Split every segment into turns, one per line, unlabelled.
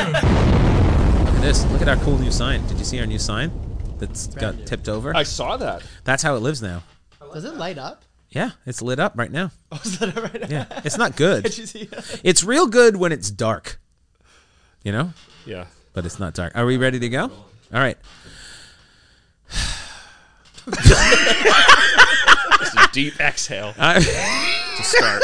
Look at this. Look at our cool new sign. Did you see our new sign? That's got tipped over.
I saw that.
That's how it lives now.
Does it light up?
Yeah, it's lit up right now.
Oh, is that right?
Yeah, it's not good.
Did you see that?
It's real good when it's dark. You know,
Yeah.
but it's not dark. Are we ready to go? All right.
It's a deep exhale. to start.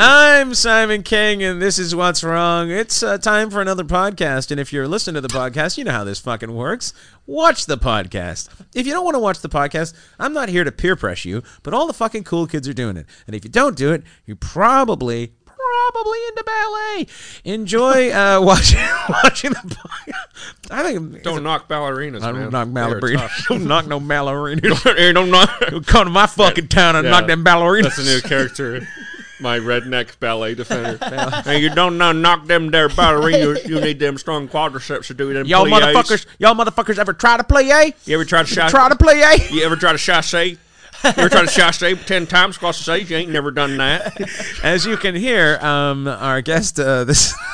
I'm Simon King, and this is What's Wrong. It's uh, time for another podcast, and if you're listening to the podcast, you know how this fucking works. Watch the podcast. If you don't want to watch the podcast, I'm not here to peer pressure you, but all the fucking cool kids are doing it. And if you don't do it, you probably, probably into ballet. Enjoy uh, watching watching the podcast. I think
Don't knock ballerinas,
I
man.
don't knock
They
ballerinas.
are tough.
Don't knock no ballerinas.
don't knock.
Come to my fucking town and
Yeah.
knock them ballerinas.
That's a new character. My redneck ballet defender. and you don't know, knock them there ballerinas. You need them strong quadriceps to do them.
Y'all
plies.
motherfuckers, y'all motherfuckers ever try to play A?
You ever try to shy?
Try to play A?
You ever try to chasse? You ever try to chasse ten times across the stage? You ain't never done that.
As you can hear, um, our guest, uh, this.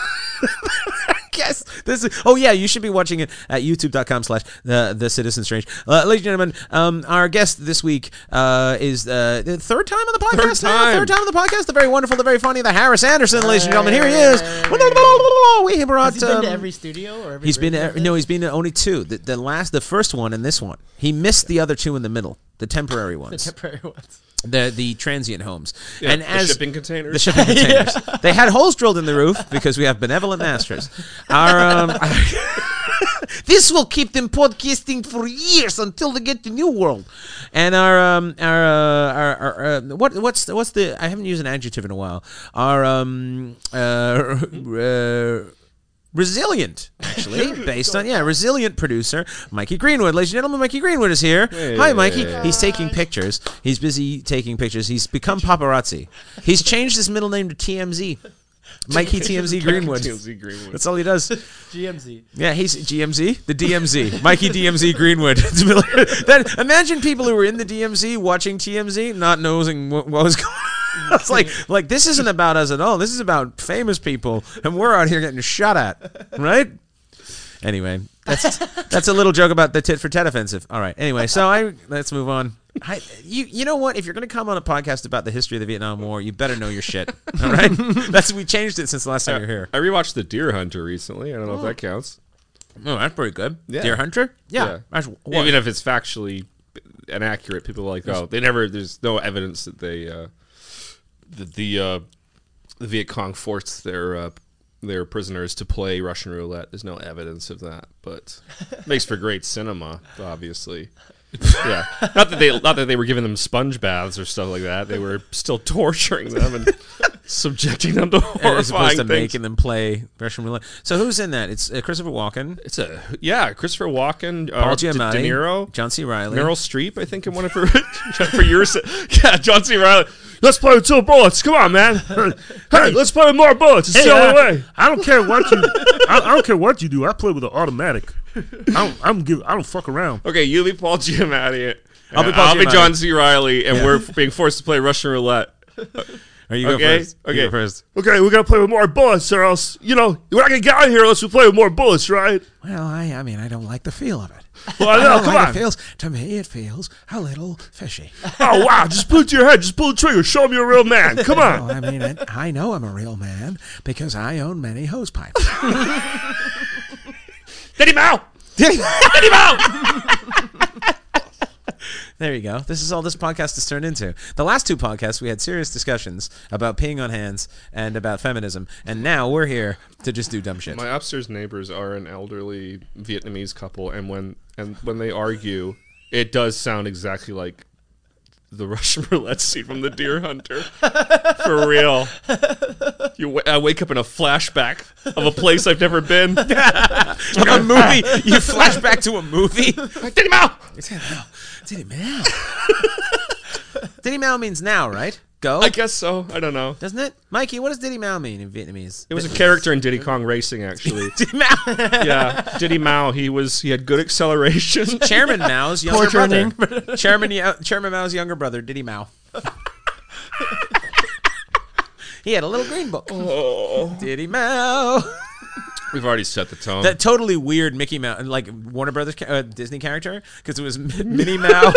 Yes, this is. Oh yeah, you should be watching it at YouTube.com/slash the the Citizen Strange. Uh, ladies and gentlemen, um, our guest this week uh, is uh, the third time on the podcast. now?
time.
third time on the podcast. The very wonderful, the very funny, the Harris Anderson, ladies and gentlemen. Here he is. We brought.
Has he been
um,
to every studio or every?
He's been
version
to,
of
no,
this?
he's been to only two. The, the last, the first one, and this one. He missed the other two in the middle, the temporary
the
ones, the
temporary ones.
the, transient homes,
Yeah,
and
the
as
shipping containers.
the shipping containers. They had holes drilled in the roof because we have benevolent masters. Our, um, this will keep them podcasting for years until they get the new world. And our um our uh, our, our uh, what what's what's the I haven't used an adjective in a while. Our um uh, uh resilient actually based on yeah resilient producer mikey greenwood ladies and gentlemen mikey greenwood is here hi mikey he's taking pictures he's busy taking pictures he's become paparazzi he's changed his middle name to tmz mikey tmz greenwood
TLC Greenwood.
that's all he does
GMZ.
yeah, he's GMZ, the DMZ, Mikey DMZ Greenwood. It's really- then imagine people who were in the DMZ watching TMZ, not knowing what, what was going. on. It's like like this isn't about us at all. This is about famous people, and we're out here getting shot at, right? Anyway, that's that's a little joke about the tit for tat offensive. All right. Anyway, so I let's move on. I, you you know what? If you're going to come on a podcast about the history of the Vietnam War, you better know your shit. All right. That's we changed it since the last time you were here.
I rewatched The Deer Hunter recently. I don't know if that counts.
Oh, that's pretty good.
Yeah.
Deer Hunter?
Yeah.
That's- what-
Even if it's factually inaccurate, people are like, oh, they never. There's no evidence that they, uh, that the, uh, the Viet Cong forced their uh, their prisoners to play Russian roulette. There's no evidence of that, but makes for great cinema, obviously. yeah, not that they not that they were giving them sponge baths or stuff like that. They were still torturing them and subjecting them to horrifying
as opposed to
things.
making them play Russian roulette. So who's in that? It's uh, Christopher Walken,
It's a yeah, Christopher Walken, uh,
Paul
De, De
Giamatti,
Niro,
John C. Riley.
Meryl Streep, I think, in one of her for years. Yeah, John C. Riley. Let's play with two bullets. Come on, man. Hey, let's play with more bullets. It's the
uh,
only way.
I don't care what you. I, I don't care what you do. I play with an automatic. I don't. I'm give. I don't fuck around.
Okay, you be Paul Giamatti. I'll
be Paul
I'll be
Giamatti.
John C. Riley, and we're being forced to play Russian roulette.
Or you
Okay,
go first. You
okay.
go first.
Okay, we gotta play with more bullets, or else you know we're not gonna get out of here unless we play with more bullets, right?
Well, I, I mean, I don't like the feel of it.
Well, I
Oh,
know. come
like
on.
It feels to me, it feels a little fishy.
Oh wow, just put it to your head. Just pull the trigger. Show me you're a real man. Come
Well,
on.
I mean, it, I know I'm a real man because I own many hose pipes.
Did him out.
There you go. This is all this podcast has turned into. The last two podcasts, we had serious discussions about peeing on hands and about feminism, and now we're here to just do dumb shit.
My upstairs neighbors are an elderly Vietnamese couple, and when and when they argue, it does sound exactly like the Russian roulette scene from The Deer Hunter. For real, you w- I wake up in a flashback of a place I've never been. Get
a movie. You flash back to a movie.
him out!
Diddy Mao. Diddy Mao means now, right? Go.
I guess so. I don't know.
Doesn't it? Mikey, what does Diddy Mao mean in Vietnamese?
It was a character in Diddy Kong Racing, actually.
Diddy Mao.
yeah, Diddy Mao. He was he had good acceleration.
Chairman Mao's younger brother. Chairman, Yao- Chairman Mao's younger brother, Diddy Mao. He had a little green book. Diddy Mouse.
We've already set the tone.
That totally weird Mickey Mouse, like Warner Brothers ca- uh, Disney character, because it was M- Minnie Mouse,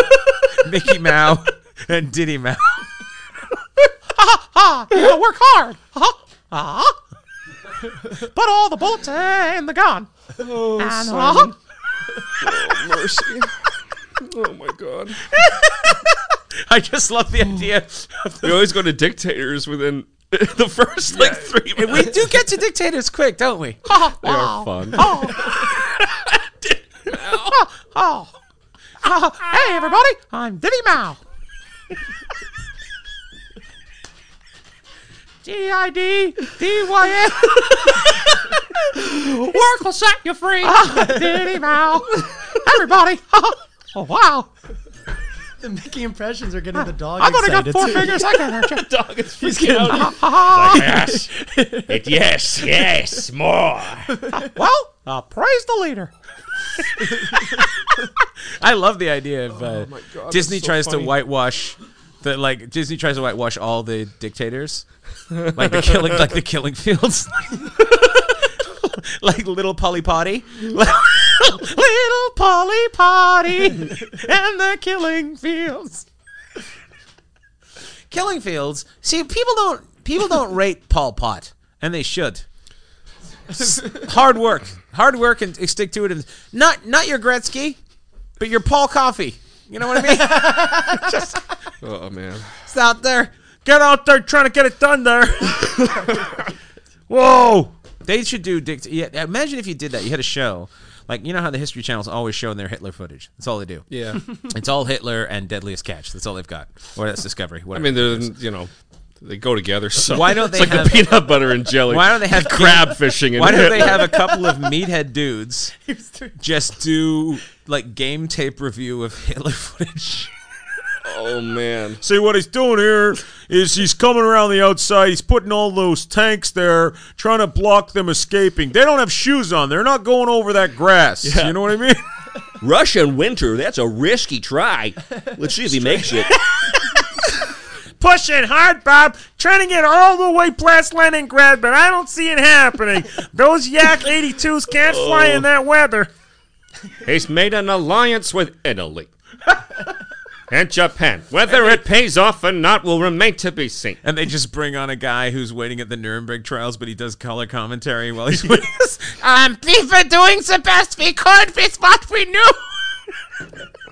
Mickey Mouse, and Diddy Mouse. ha ha! You gotta work hard. Ha ha! Put all the bolts in the gun.
oh,
And
Simon.
ha.
Oh, mercy. Oh my god.
I just love the idea of
We always go to dictators within the first like three minutes.
We do get to dictators quick, don't we?
They are fun.
Oh. hey, everybody, I'm Diddy Mao. D I D D Y N. Work will set you free.
Ah.
Diddy Mao. Everybody. Oh, wow.
The Mickey impressions are getting the dog
I've only got
excited.
four
too.
fingers. I can't hurt you.
Dog is freaking out.
yes, it, yes, yes, more.
Well, uh, praise the leader. I love the idea of uh,
Oh God,
Disney
that's so
tries
funny.
to whitewash the like Disney tries to whitewash all the dictators, like the killing, like the killing fields, like little Polly Potty, little Polly Potty, and the killing fields. Killing fields. See, people don't people don't rate Paul Pot, and they should hard work, hard work, and stick to it. And not not your Gretzky, but your Paul Coffee. You know what I mean?
Oh man.
it's out there.
Get out there trying to get it done there. Whoa.
They should do dict. Yeah, imagine if you did that. You had a show, like you know how the History Channel's always showing their Hitler footage. That's all they do.
Yeah.
It's all Hitler and Deadliest Catch. That's all they've got. Or that's Discovery.
I
Whatever.
mean, they're you know, they go together. So
Why don't they
It's like
have-
the peanut butter and jelly.
Why don't they have
crab fishing? And
Why don't they have a couple of meathead dudes just do like game tape review of Hitler footage?
Oh man.
See what he's doing here is he's coming around the outside. He's putting all those tanks there, trying to block them escaping. They don't have shoes on. They're not going over that grass. You know what I mean?
Russian winter, that's a risky try. Let's see if he makes it.
Pushing hard, Bob. Trying to get all the way past Leningrad, but I don't see it happening. Those Yak 82s can't fly in that weather.
He's made an alliance with Italy and Japan. Whether it pays off or not will remain to be seen.
And they just bring on a guy who's waiting at the Nuremberg trials, but he does color commentary while he's waiting. um, we were doing the best we could with what we knew.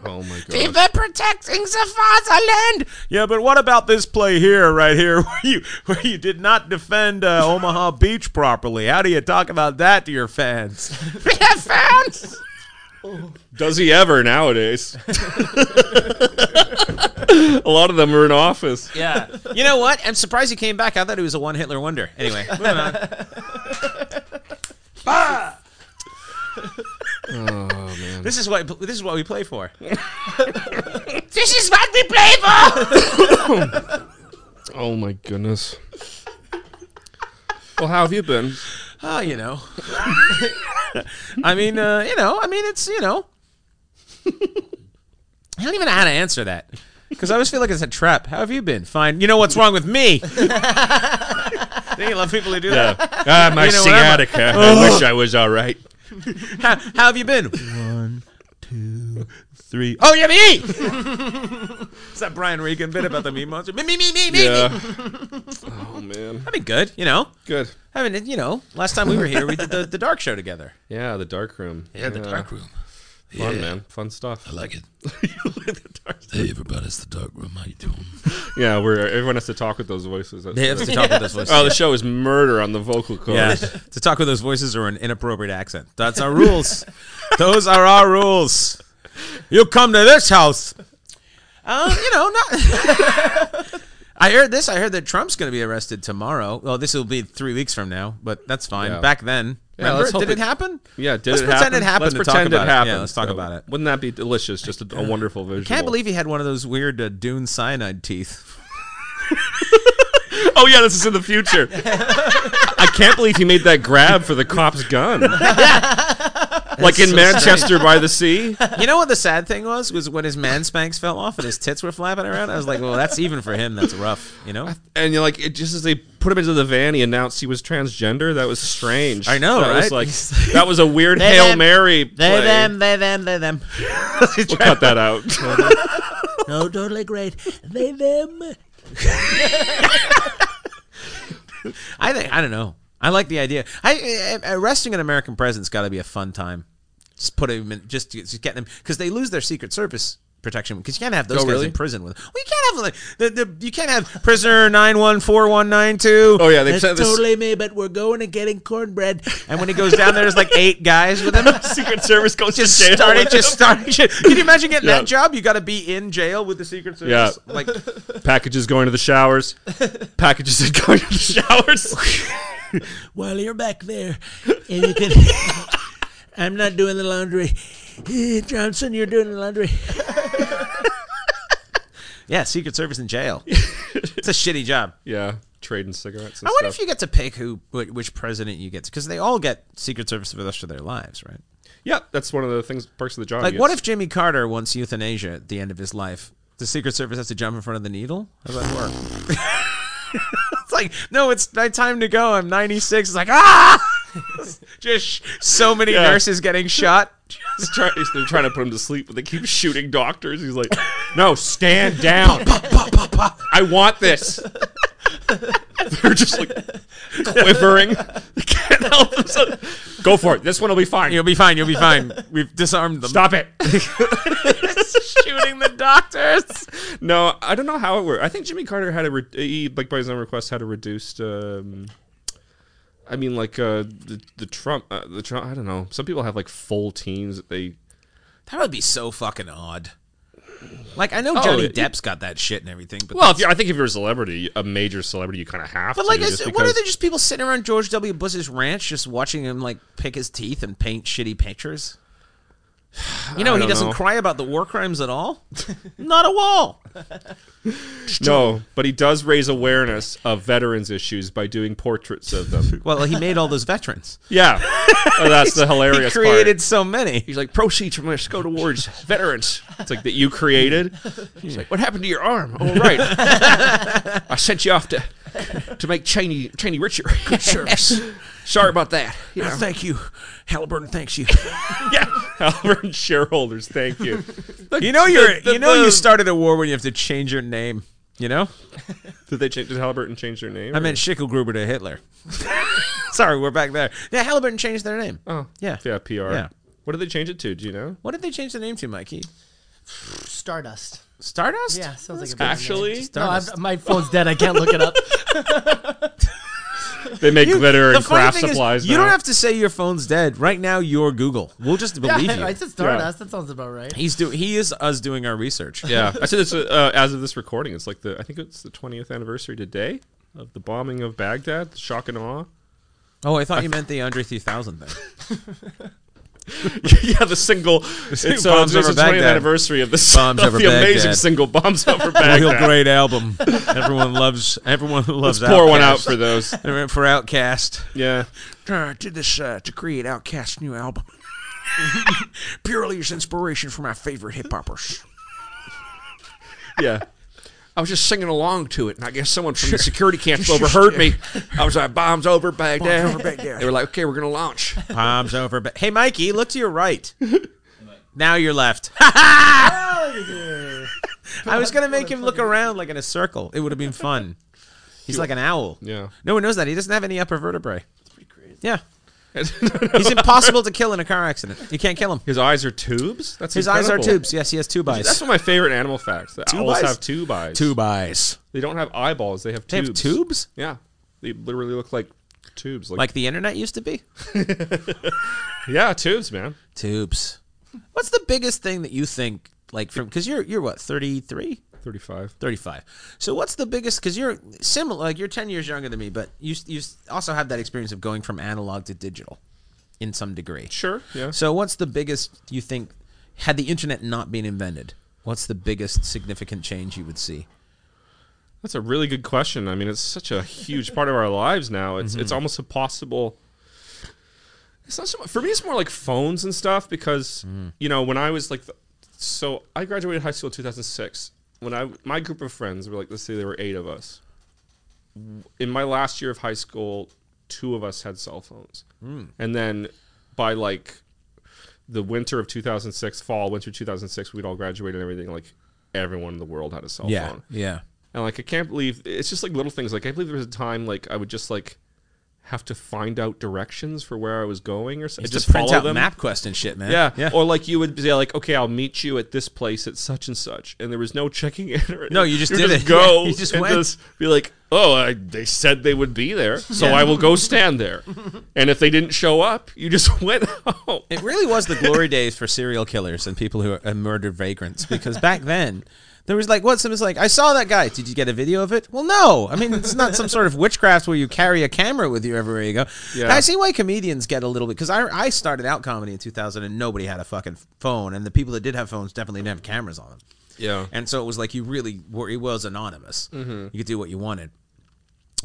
Oh my
We
god.
were protecting the fatherland.
Yeah, but what about this play here, right here, where you where you did not defend uh, Omaha Beach properly? How do you talk about that to your fans?
We have found.
Does he ever nowadays? a lot of them are in office.
Yeah.
You know what? I'm surprised he came back. I thought he was a one Hitler wonder. Anyway, moving on.
Oh,
This is what this is what we play for. this is what we play for.
Oh my goodness. Well, how have you been?
Oh, you know. I mean, uh, you know, I mean, it's, you know. I don't even know how to answer that. Because I always feel like it's a trap. How have you been? Fine. You know what's wrong with me? Don't you love people who do
Uh,
that?
ah, my
You know, Oh. where am I?
sciatica. I wish I was all right.
How, how have you been? One, two, three. Oh, yeah, me! it's that Brian Regan bit about the meme monster. Me, me, me, me, me. me.
Yeah. Oh man.
That'd be good, you know.
Good.
I mean, you know, last time we were here, we did the, the dark show together.
Yeah, the dark room.
Yeah, the dark room.
Fun man. Fun stuff.
I like it. Hey, everybody, it's the dark room. How you doing?
Yeah, where everyone has to talk with those voices. That's
They
good.
have to talk with those voices.
Oh, the show is murder on the vocal cords.
Yeah. to talk with those voices or an inappropriate accent. That's our rules. those are our rules. You come to this house. Um, you know, not. I heard this. I heard that Trump's going to be arrested tomorrow. Well, this will be three weeks from now, but that's fine.
Yeah.
Back then,
Yeah,
remember,
let's hope
did it
it-
happen?
Yeah, did
Let's
it
pretend
happen?
it happened
Let's
and talk
pretend
about
it
it. Yeah,
happened.
let's talk about it.
Wouldn't that be delicious? Just a, a wonderful visual.
Can't believe he had one of those weird uh, Dune cyanide teeth.
Oh yeah, this is in the future. I can't believe he made that grab for the cop's gun. like in Manchester by the sea.
You know what the sad thing was? Was when his man spanks fell off and his tits were flapping around. I was like, well, that's even for him. That's rough. You know.
And you're like, it just as they put him into the van, he announced he was transgender. That was strange.
I know,
that
right?
Was like, that was a weird
They,
Hail
them,
Mary play.
They them they them they them.
We'll cut that out.
No, totally great. They them. I think I don't know. I like the idea. I, I arresting an American president's got to be a fun time. Just put him in, just, just getting them because they lose their Secret Service protection because you can't have those
Oh,
guys
really?
in prison with. We can't have like the, the you can't have prisoner nine one four one nine two.
Oh, yeah, they've said this-
me, but we're going and getting cornbread. And when he goes down there, there's like eight guys with him.
Secret Service goes
just started just started can you imagine getting
Yeah.
that job you got to be in jail with the secret service
Yeah.
like
Packages going to the showers. Packages that go to the showers.
well you're back there and you can i'm not doing the laundry johnson you're doing the laundry yeah secret service in jail it's a shitty job
yeah, trading cigarettes. And
i wonder
stuff.
if you get to pick who wh- which president you get because they all get secret service for the rest of their lives right
Yeah, that's one of the things perks of the job.
like what
yes.
if jimmy carter wants euthanasia at the end of his life the secret service has to jump in front of the needle how does that work it's like no it's my time to go i'm 96 it's like ah just sh- so many
Yeah.
nurses getting shot
He's try- he's- they're trying to put him to sleep, but they keep shooting doctors. He's like, "No, stand down. I want this." They're just like quivering. They can't help themselves. Go for it. This one will be fine.
you'll be fine you'll be fine we've disarmed them
Stop it.
shooting the doctors
No, I don't know how it worked. I think Jimmy Carter had a re- he, like by his own request had a reduced. Um, I mean, like uh, the the Trump uh, the Trump. I don't know. Some people have like full teams that they.
that would be so fucking odd like i know johnny
it-
depp's got that shit and everything but
Well, if you're, I think if you're a celebrity, a major celebrity, you kind of have
But
to.
like, I
just
said, what are
because-
they just people sitting around George W. Bush's ranch, just watching him like pick his teeth and paint shitty pictures? You know,
I
he
don't
doesn't
know.
cry about the war crimes at all. Not a wall.
No, but he does raise awareness of veterans issues by doing portraits of them.
Well, he made all those veterans.
yeah, Oh, that's the
He
hilarious
created
part.
so many.
He's like, proceeds from this go towards veterans. It's like that you created. He's like, what happened to your arm? Oh, right. I sent you off to to make Cheney Cheney richer. Good service. Sorry about that. You know.
Thank you, Halliburton. Thanks you.
yeah, Halvern shareholders. Thank you.
You know you're.
the-
you know you
the-
started a war when you have to change your name. You know,
Did they change? Did Halliburton change their name?
I meant Schickelgruber to Hitler. Sorry, we're back there. Yeah, Halliburton changed their name.
oh
yeah.
yeah, PR.
Yeah.
What did they change it to? Do you know?
What did they change the name to, Mikey?
Stardust.
Stardust.
Yeah, sounds like a better name.
Actually,
No,
Stardust.
I've, my phone's dead. I can't look it up.
they make
You-
glitter
the
and
funny
craft
thing is,
supplies.
you don't
now.
have to say your phone's dead right now. You're Google. We'll just
yeah,
believe you.
I said Stardust. That sounds about right.
He's doing. He is us doing our research.
Yeah, I said this uh, uh, as of this recording. It's like the I think it's the 20th anniversary today of the bombing of Baghdad. Shock and awe.
Oh, I thought you meant the Andre 3000 thing.
yeah, the single. It's uh,
single
it's
Bombs Over
the 20th
Baghdad.
anniversary of this
Bombs
of
Over
the amazing
Baghdad.
single bombs over
Real
Baghdad.
great album. Everyone loves. Everyone loves.
Pour one out for those.
out for Outcast.
Yeah,
Uh, did this uh, to create Outcast's new album. Purely as inspiration for my favorite hip hoppers.
yeah.
I was just singing along to it, and I guess someone from the security camp overheard me. I was like, "Bombs over Baghdad." They were like, "Okay, we're gonna launch."
Palms over. Ba- hey, Mikey, look to your right. now you're left. I was gonna make him look around like in a circle. It would have been fun. He's like an owl.
Yeah.
No one knows that. He doesn't have any upper vertebrae. That's pretty crazy. Yeah. He's impossible to kill in a car accident. You can't kill him.
His eyes are tubes. That's
His eyes are
incredible.
tubes. Yes, he has tube eyes.
That's one of my favorite animal facts. That owls
eyes?
have tube eyes.
tube eyes.
They don't have eyeballs. They have
They
tubes.
have tubes?
Yeah, they literally look like tubes. Like,
Like the internet used to be?
yeah, tubes, man.
Tubes. What's the biggest thing that you think like from cuz you're you're what, 33?
Thirty-five.
35. So what's the biggest cuz you're similar like you're 10 years younger than me but you you also have that experience of going from analog to digital in some degree.
Sure. Yeah.
So what's the biggest you think had the internet not been invented? What's the biggest significant change you would see?
That's a really good question. I mean, it's such a huge part of our lives now. It's it's almost impossible. It's not so much for me. It's more like phones and stuff because you know when I was like, the, so I graduated high school in 2006. When I my group of friends were like, let's say there were eight of us. In my last year of high school, two of us had cell phones, and then by like the winter of 2006, fall winter 2006, we'd all graduated and everything. Like everyone in the world had a cell
Yeah.
phone.
Yeah.
And like I can't believe it's just like little things. Like I believe there was a time like I would just like have to find out directions for where I was going or something.
Just,
Just
print
follow
out
them.
MapQuest and shit, man.
Yeah.
Yeah.
Or like you would say like, okay, I'll meet you at this place at such and such, and there was no checking in. Or
No, you just
would
did
just
it.
Go.
Yeah, you just
and
went.
Just be like, oh, I, they said they would be there, so I will go stand there. and if they didn't show up, you just went home.
It really was the glory days for serial killers and people who uh, murdered vagrants because back then there was like what someone's like I saw that guy. Did you get a video of it? Well, no. I mean, it's not some sort of witchcraft where you carry a camera with you everywhere you go.
Yeah.
I see why comedians get a little bit because I I started out comedy in 2000 and nobody had a fucking phone and the people that did have phones definitely didn't have cameras on them.
Yeah. Mm-hmm.
And so it was like you really were. It was anonymous. You could do what you wanted.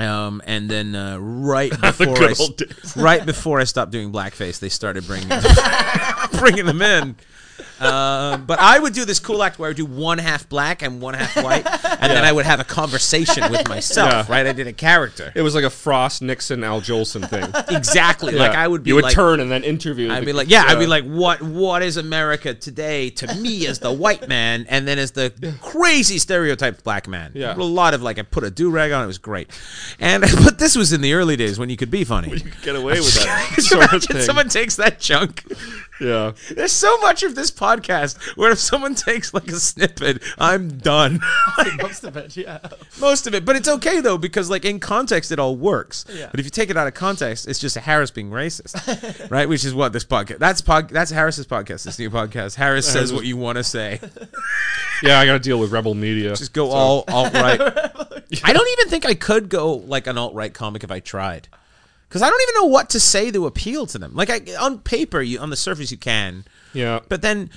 Um, and then uh, right before
good
I, s-
old days.
right before I stopped doing blackface, they started bringing bringing them in. Uh, but I would do this cool act where I would do one half black and one half white, and then I would have a conversation with myself.
Yeah.
Right, I did a character
It was like a Frost Nixon Al Jolson thing.
exactly like I would be.
you would
like,
turn and then interview.
I'd
the-
be like, yeah, I'd be like, what what is America today to me as the white man, and then as the crazy stereotyped black man. a
Yeah.
lot of like, I put a do rag on, it was great, and but this was in the early days when you could be funny.
you could get away with that
Could you
sort of
imagine
thing.
someone takes that chunk.
yeah.
There's so much of this podcast where if someone takes like a snippet, I'm done.
Most of it, yeah.
Most of it, but it's okay though because like in context, it all works.
Yeah.
But if you take it out of context, it's just Harris being racist, right? Which is what this podcast. That's pod. That's Harris's podcast. This new podcast. Harris says what you want to say.
Yeah, I got to deal with rebel media.
Just go all alt right. I don't even think I could go like an alt right comic if I tried, because I don't even know what to say to appeal to them. Like I, on paper, you on the surface you can,
yeah.
but then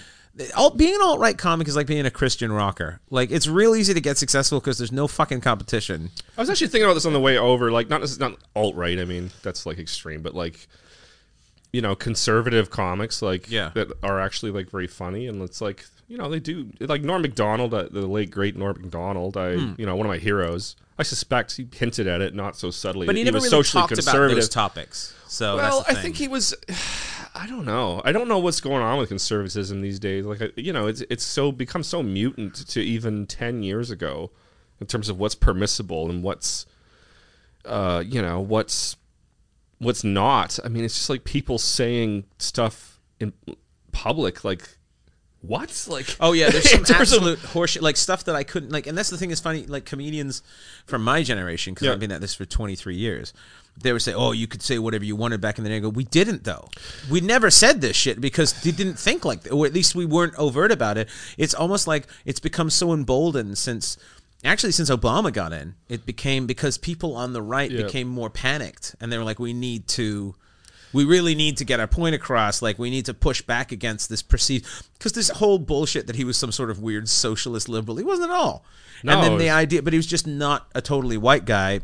all, being an alt right comic is like being a Christian rocker. Like it's real easy to get successful because there's no fucking competition.
I was actually thinking about this on the way over. Like, not necess- not alt right. I mean, that's like extreme, but like, you know, conservative comics like
Yeah.
that are actually like very funny, and it's like you know they do like Norm Macdonald, uh, the late great Norm Macdonald. I
Hmm.
you know one of my heroes. I suspect he hinted at it not so subtly.
But he,
that
never
was
really
socially
talked about
conservative.
those topics. So
well,
that's the
I
thing.
think he was. I don't know. I don't know what's going on with conservatism these days. Like I- you know, it's it's so become so mutant to even ten years ago, in terms of what's permissible and what's, uh, you know, what's what's not. I mean, it's just like people saying stuff in public, like what, like
Oh yeah, there's
in
some
terms of-
absolute horseshit, like stuff that I couldn't like. And that's the thing is funny, like comedians from my generation, because
Yeah.
I've been at this for 23 years. They would say, "Oh, you could say whatever you wanted back in the day." I go, "We didn't though. We never said this shit because they didn't think like, that, or at least we weren't overt about it. It's almost like it's become so emboldened since." Actually, since Obama got in, it became because people on the right
Yeah.
became more panicked, and they were like, "We need to, we really need to get our point across. Like, we need to push back against this perceived because this whole bullshit that he was some sort of weird socialist liberal. He wasn't at all. and then
No.
the idea, but he was just not a totally white guy.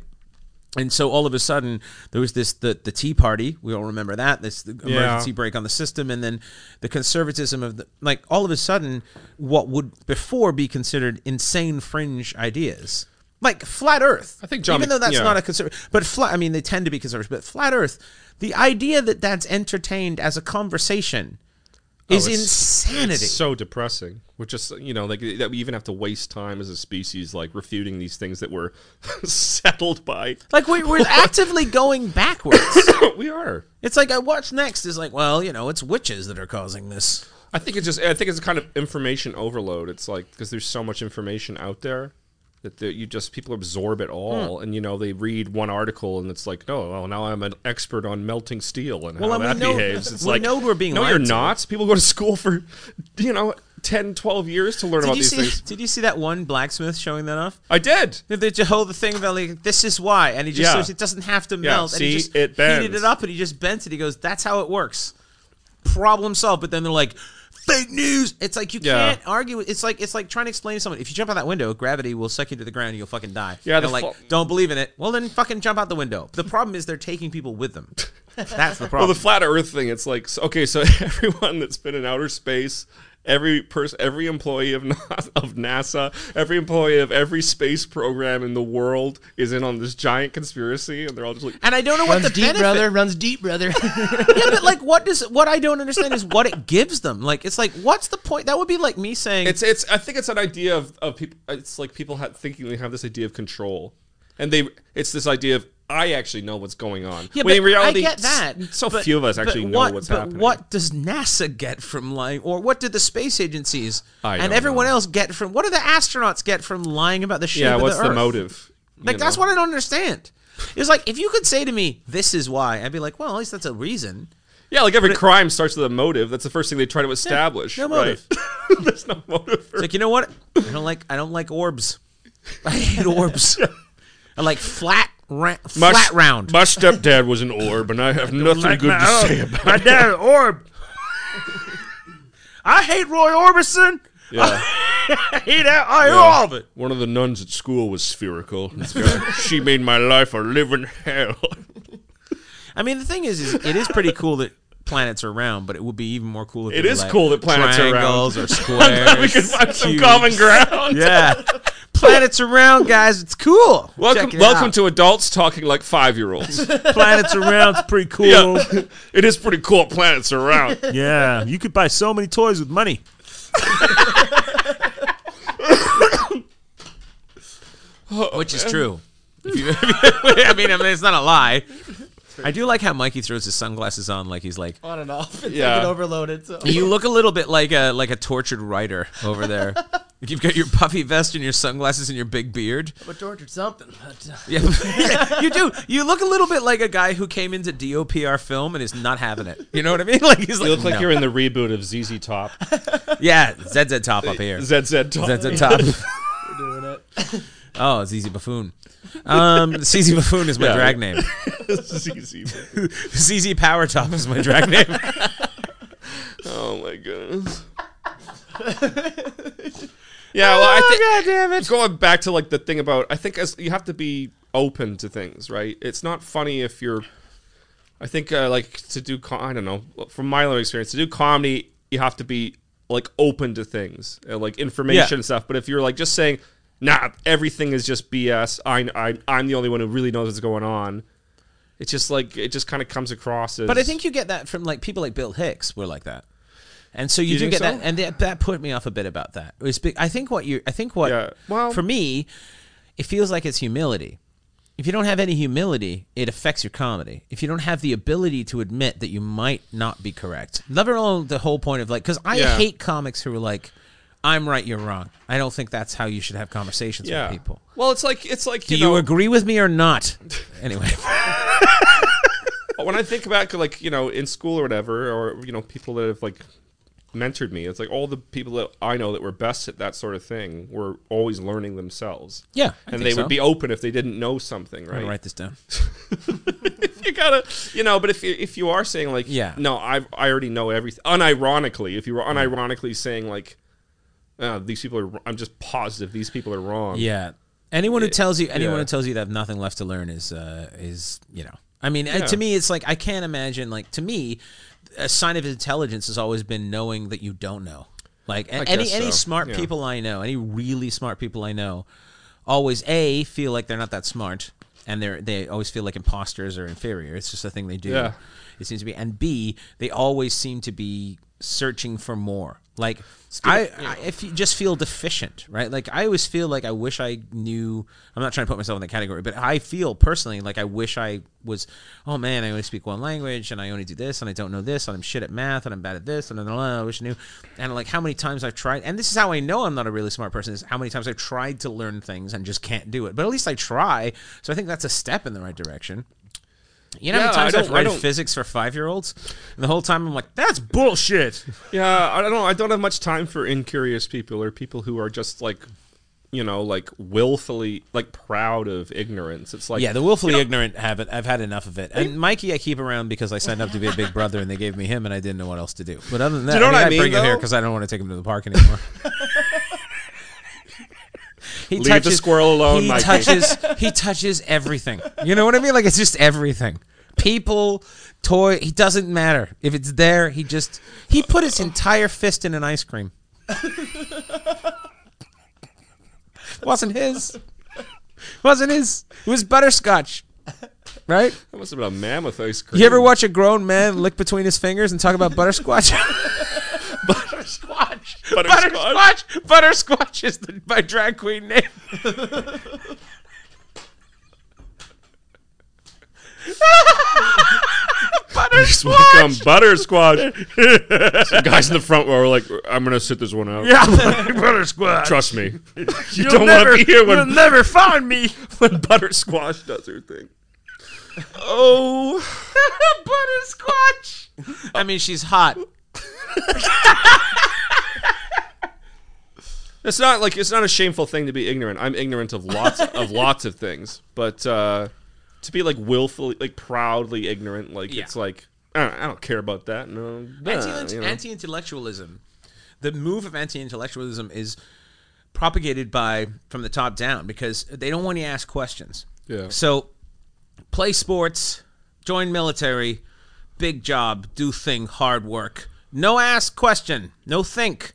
And so all of a sudden there was this the the Tea Party. We all remember that this the emergency break on the system, and then the conservatism of the like all of a sudden what would before be considered insane fringe ideas. Like flat Earth. I
think John
even
Mc-
though that's
yeah.
not a conservative, but flat. I mean, they tend to be conservative, but flat Earth. The idea that that's entertained as a conversation is
Oh, it's-
insanity.
It's so depressing. We're just you know like that we even have to waste time as a species like refuting these things that were settled by.
like we, we're actively going backwards.
we are.
It's like I watch next is like, well, you know, it's witches that are causing this.
I think it's just I think it's a kind of information overload. It's like because there's so much information out there that the, you just people absorb it all,
Hmm.
and you know they read one article and it's like, no, well now I'm an expert on melting steel and
Well,
how
and we
that
know-
behaves. It's
we
like
know we're being
no,
lied
you're
to.
not. People go to school for you know 10, 12 years to learn
Did
about
you
these
see?
things.
Did you see that one blacksmith showing that off?
I did.
Did They just hold the thing about like this is why, and he just
Yeah.
says it doesn't have to melt. and he
see,
just
it
heated
bends.
it up, and he just bent it. He goes, "That's how it works." Problem solved. But then they're like, "Fake news." It's like you
Yeah.
can't argue. with- It's like it's like trying to explain to someone if you jump out that window, gravity will suck you to the ground, and you'll fucking die.
Yeah,
And
the
they're like
fu-
don't believe in it. Well, then fucking jump out the window. The problem is they're taking people with them. That's the
Well,
problem.
the flat Earth thing. It's like so- okay, so everyone that's been in outer space, every person, every employee of NASA, of NASA, every employee of every space program in the world is in on this giant conspiracy, and they're all just like,
and I don't know what
Runs
the
deep,
benefit.
brother. Runs deep, brother.
Yeah, but like, what does what I don't understand is what it gives them. Like, it's like, what's the point? That would be like me saying,
it's it's. I think it's an idea of of people. It's like people ha- thinking they have this idea of control, and they it's this idea of. I actually know what's going on.
Yeah,
when
but
in reality,
I get that.
s- so
but-
few of us
but
actually know
what-
what's
but
happening.
What does NASA get from lying, or what did the space agencies
I
and
don't
everyone
know.
else get from? What do the astronauts get from lying about the shape
yeah,
of
what's
the,
the,
Earth?
motive?
Like that's what I don't understand. It's like if you could say to me, "This is why," I'd be like, "Well, at least that's a reason."
Yeah, like every crime starts with a motive. That's the first thing they try to establish.
no motive.
Right? There's no motive.
It's like you know what? I don't like I don't like orbs. I hate orbs. I like flat, ra- flat round.
My stepdad was an orb, and I have nothing good to say about.
My dad, Orb. I hate Roy Orbison.
Yeah,
I hate that. I hate
Yeah.
all of it.
one of the nuns at school was spherical. This guy, she made my life a living hell.
I mean, the thing is, is it is pretty cool that planets are round, but it would be even more cool if
It
they were
is
like
cool that planets are round.
triangles or squares.
we could find some
cubes.
common ground.
Yeah, planets are round, guys. It's cool.
Welcome, welcome to adults talking like five year olds.
to Planets Around. It's pretty cool.
yeah, it is pretty cool. Planets around.
Yeah, you could buy so many toys with money.
to which is true. If you- I mean, I mean, it's not a lie. I do like how Mikey throws his sunglasses on, like he's like.
On and off. It's
Yeah.
like an overloaded. So.
You look a little bit like a like a tortured writer over there. You've got your puffy vest and your sunglasses and your big beard.
But tortured something. But, uh,
Yeah, you do. You look a little bit like a guy who came into DOPR film and is not having it. You know what I mean? Like he's like,
You look like
"No."
you're in the reboot of ZZ Top.
yeah, ZZ Top up here.
ZZ Top.
ZZ Top.
we're doing it.
Oh, ZZ Buffoon. Um, ZZ Buffoon is my
Yeah.
drag name.
ZZ.
ZZ Power Top is my drag name.
Oh my goodness. yeah, well,
Oh,
I think going back to like the thing about I think as you have to be open to things, right? It's not funny if you're. I think uh, like to do co- I don't know from my own experience to do comedy you have to be like open to things uh, like information
Yeah.
and stuff. But if you're like just saying nah everything is just BS, I, I I'm the only one who really knows what's going on. It's just like it just kind of comes across as.
But I think you get that from like people like Bill Hicks were like that. And so you, do
think
get
so?
that, and that, that put me off a bit about that. It's be- I think what you, I think what,
Yeah. Well-
for me, it feels like it's humility. If you don't have any humility, it affects your comedy. If you don't have the ability to admit that you might not be correct, never alone the whole point of like, because I
Yeah.
hate comics who are like, "I'm right, you're wrong." I don't think that's how you should have conversations
yeah.
with people.
Well, it's like it's like
Do
you
you,
know,
agree with me or not? Anyway,
But when I think back, like you know, in school or whatever, or you know, people that have like mentored me, it's like all the people that I know that were best at that sort of thing were always learning themselves.
yeah, I
and
think
they
so.
would be open if they didn't know something,
I'm
right?
gonna write this down.
You gotta, you know. But if you, if you are saying like,
Yeah.
no, I I already know everything. Unironically, if you were unironically saying like, uh, these people are, I'm just positive these people are wrong.
Yeah. Anyone who tells you anyone
yeah.
who tells you they have nothing left to learn is uh, is you know. I mean, uh to me, it's like I can't imagine. Like to me, a sign of intelligence has always been knowing that you don't know. Like a- any
guess
any
so,
smart
yeah.
people I know, any really smart people I know, always a feel like they're not that smart, and they're they always feel like imposters or inferior. It's just a thing they do.
Yeah.
It seems to be, and b they always seem to be searching for more. Like I, I if you just feel deficient, right? Like I always feel like I wish I knew. I'm not trying to put myself in that category, but I feel personally like I wish I was. Oh man, I only speak one language, and I only do this, and I don't know this, and I'm shit at math, and I'm bad at this, and blah, blah, blah, I wish I knew. And like how many times I've tried, and this is how I know I'm not a really smart person is how many times I've tried to learn things and just can't do it. But at least I try, so I think that's a step in the right direction. You know how many
Yeah, I
times
don't-
I've
I
read
don't-
physics for five year olds? And the whole time I'm like, that's bull.
Bullshit.
Yeah, I don't know. I don't have much time for incurious people or people who are just like, you know, like willfully like proud of ignorance. It's like
Yeah, the willfully ignorant habit. I've had enough of it. And Mikey, I keep around because I signed up to be a big brother, and they gave me him, and I didn't know what else to do. But other than that,
you know
I, mean,
what I
I
mean,
bring it here
though?
because I don't want to take him to the park anymore. He
Leave the squirrel alone,
He
Mikey.
touches. He touches everything. You know what I mean? Like it's just everything. people, toy. He doesn't matter if it's there. He just he put his entire fist in an ice cream. wasn't his. Wasn't his. It was butterscotch. Right?
That must have been a mammoth ice cream.
You ever watch a grown man lick between his fingers and talk about butterscotch? butterscotch.
Butterscotch.
Butterscotch. Butterscotch is the, my drag queen name.
Just wanna come butter squash? Some guys in the front row are like, I'm gonna sit this one out.
Butter squad.
Trust me. You don't want to be here when,
never find me.
when butter squash does her thing. Oh,
butterscotch. I mean, she's hot.
it's not like it's not a shameful thing to be ignorant. I'm ignorant of lots of lots of things, but uh, to be like willfully, like proudly ignorant, like
Yeah.
it's like I don't, I don't care about that. No, nah,
Anti-
you know.
anti-intellectualism the move of anti-intellectualism is propagated by from the top down because they don't want you to ask questions
Yeah.
so play sports join military big job do thing hard work no ask question no think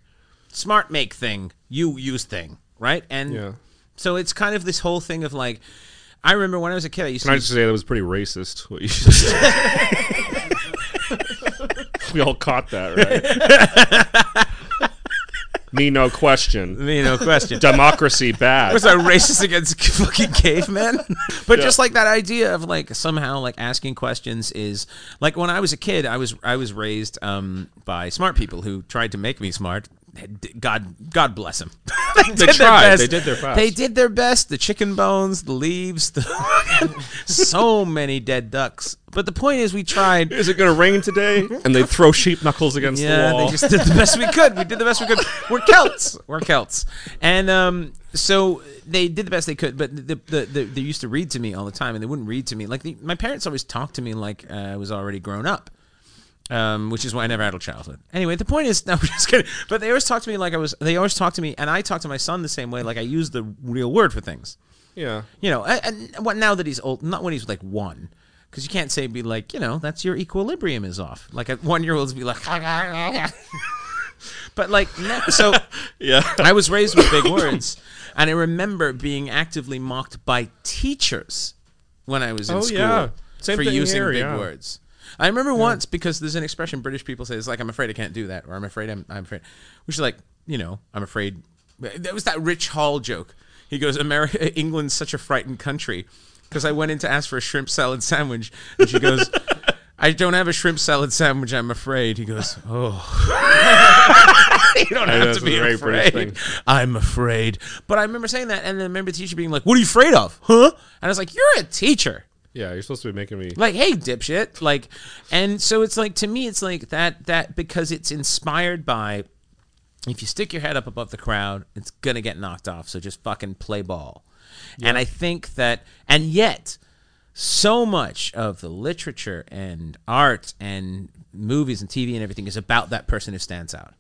smart make thing you use thing right and
Yeah.
so it's kind of this whole thing of like i remember when i was a kid i used
Can I
to
just say that was pretty racist? What you just said. we all caught that, right? Me no question.
you know question
Democracy bad.
was I racist against fucking cavemen? but just like that idea of like somehow like asking questions is like when I was a kid, I was I was raised um, by smart people who tried to make me smart. God, God bless them. they, did
tried. They did their best.
They did their best. The chicken bones, the leaves, the so many dead ducks. But the point is, we tried.
Is it going to rain today? And they throw sheep knuckles against
Yeah,
the wall.
they just did the best we could. We did the best we could. We're Celts. We're Celts. And um, so they did the best they could. But the, the, the, they used to read to me all the time, and they wouldn't read to me. Like the, my parents always talked to me like uh, I was already grown up. Um, which is why I never had a childhood. Anyway, the point is, no, I'm just kidding. But they always talk to me like I was. They always talk to me, and I talk to my son the same way. Like I use the real word for things
yeah.
you know, and- and what now that he's old, not when he's like one, because you can't say be like, you know, that's your equilibrium is off. Like a one year old's be like, "Ah, but like no, so
Yeah.
I was raised with big words, and I remember being actively mocked by teachers when I was in
Oh,
school
yeah. Same
for
thing
using
here,
big
yeah.
words. I remember once because there's an expression British people say it's like I'm afraid I can't do that or I'm afraid I'm I'm afraid, which is like you know I'm afraid. That was that Rich Hall joke. He goes, "America, England's such a frightened country," because I went in to ask for a shrimp salad sandwich, and she goes, "I don't have a shrimp salad sandwich, I'm afraid." He goes, "Oh, you don't have
that's
to
a
be
very British
afraid." I'm afraid. But I remember saying that, and then I remember the teacher being like, "What are you afraid of, huh?" And I was like, "You're a teacher."
Yeah, you're supposed to be making me.
like hey dipshit like and so it's like to me it's like that that because it's inspired by if you stick your head up above the crowd it's gonna get knocked off so just fucking play ball and i think that and yet so much of the literature and art and movies and tv and everything is about that person who stands out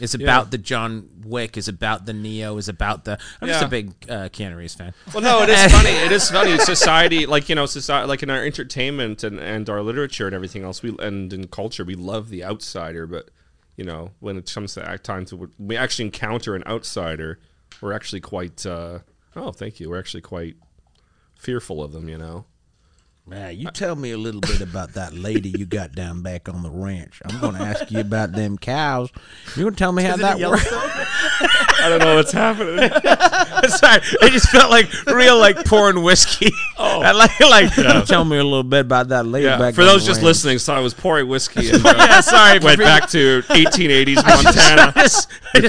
it's about the John Wick. Is about the Neo. Is about the. I'm just
Yeah.
a big uh, Keanu Reeves fan.
Well, no, it is funny. It is funny. Society, like you know, society, like in our entertainment and, and our literature and everything else, we and in culture, we love the outsider. But you know, when it comes to that time to we actually encounter an outsider, we're actually quite. Uh, oh, thank you. We're actually quite fearful of them. You know.
Man, you tell me a little bit about that lady you got down back on the ranch. I'm going to ask you about them cows. You're going to tell me how
Is it
that
a
works.
Yellowstone?
I don't know what's happening.
Sorry, I just felt like real like pouring whiskey. Oh, like like
Tell me a little bit about that lady
Yeah.
back
For
on
those
the
just
ranch.
listening, so I was pouring whiskey and uh,
yeah, sorry.
went back to 1880s Montana.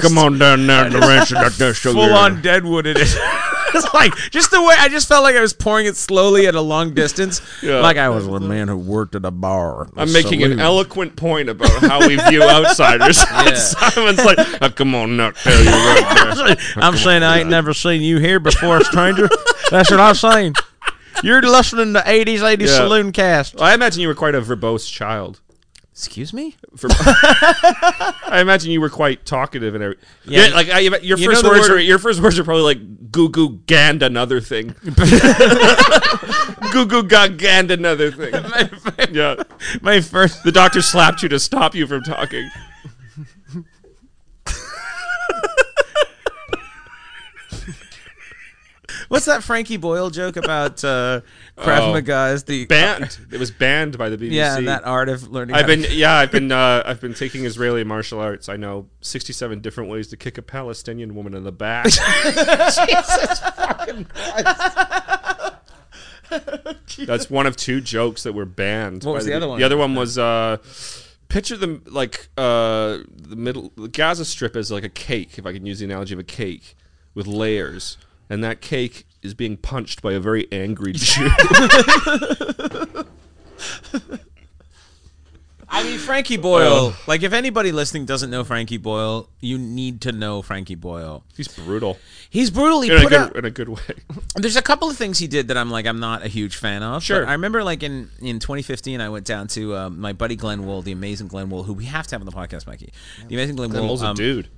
Come on down now to the ranch and Dr. Sugar.
full on Deadwood it is. It's like just the way I just felt like I was pouring it slowly at a long distance.
Yeah.
Like I
I
was
was with a man who worked at a bar.
I'm making an eloquent point about how we view outsiders. And Simon's like, oh, come on, not tell you right there.
I'm saying I ain't never seen you here before, stranger. That's what I'm saying. You're listening to 80s 80s
Yeah.
Saloon Cast.
Well, I imagine you were quite a verbose child.
Excuse me?
For, I imagine you were quite talkative and everything.
Yeah.
Yeah, like I, your
You
first
know the
words
word-
are your first words are probably like "goo goo gand another thing," "goo goo ga gand another thing." yeah,
My first.
the doctor slapped you to stop you from talking.
What's that Frankie Boyle joke about uh, Krav
Oh.
Maga is the.
Banned. It was banned by the BBC.
yeah, that art of learning.
I've
how to-
been yeah, I've been uh, I've been taking Israeli martial arts. I know sixty seven different ways to kick a Palestinian woman in the back. That's one of two jokes that were banned.
What
by
was the other one?
The other one was uh, picture the like uh, the middle the Gaza Strip is like a cake. If I can use the analogy of a cake with layers, and that cake is being punched by a very angry Jew.
I mean, Frankie Boyle. like, if anybody listening doesn't know Frankie Boyle, you need to know Frankie Boyle.
He's brutal
He's brutal. He
in a
put out, Oh,
good in a good way.
There's a couple of things he did that I'm like I'm not a huge fan of. but
Sure.
I remember like in in 2015 I went down to um, my buddy Glenn Wool, the amazing Glenn Wool, who we have to have on the podcast, Mikey. The amazing Glenn Wool.
Will's a
Um,
dude.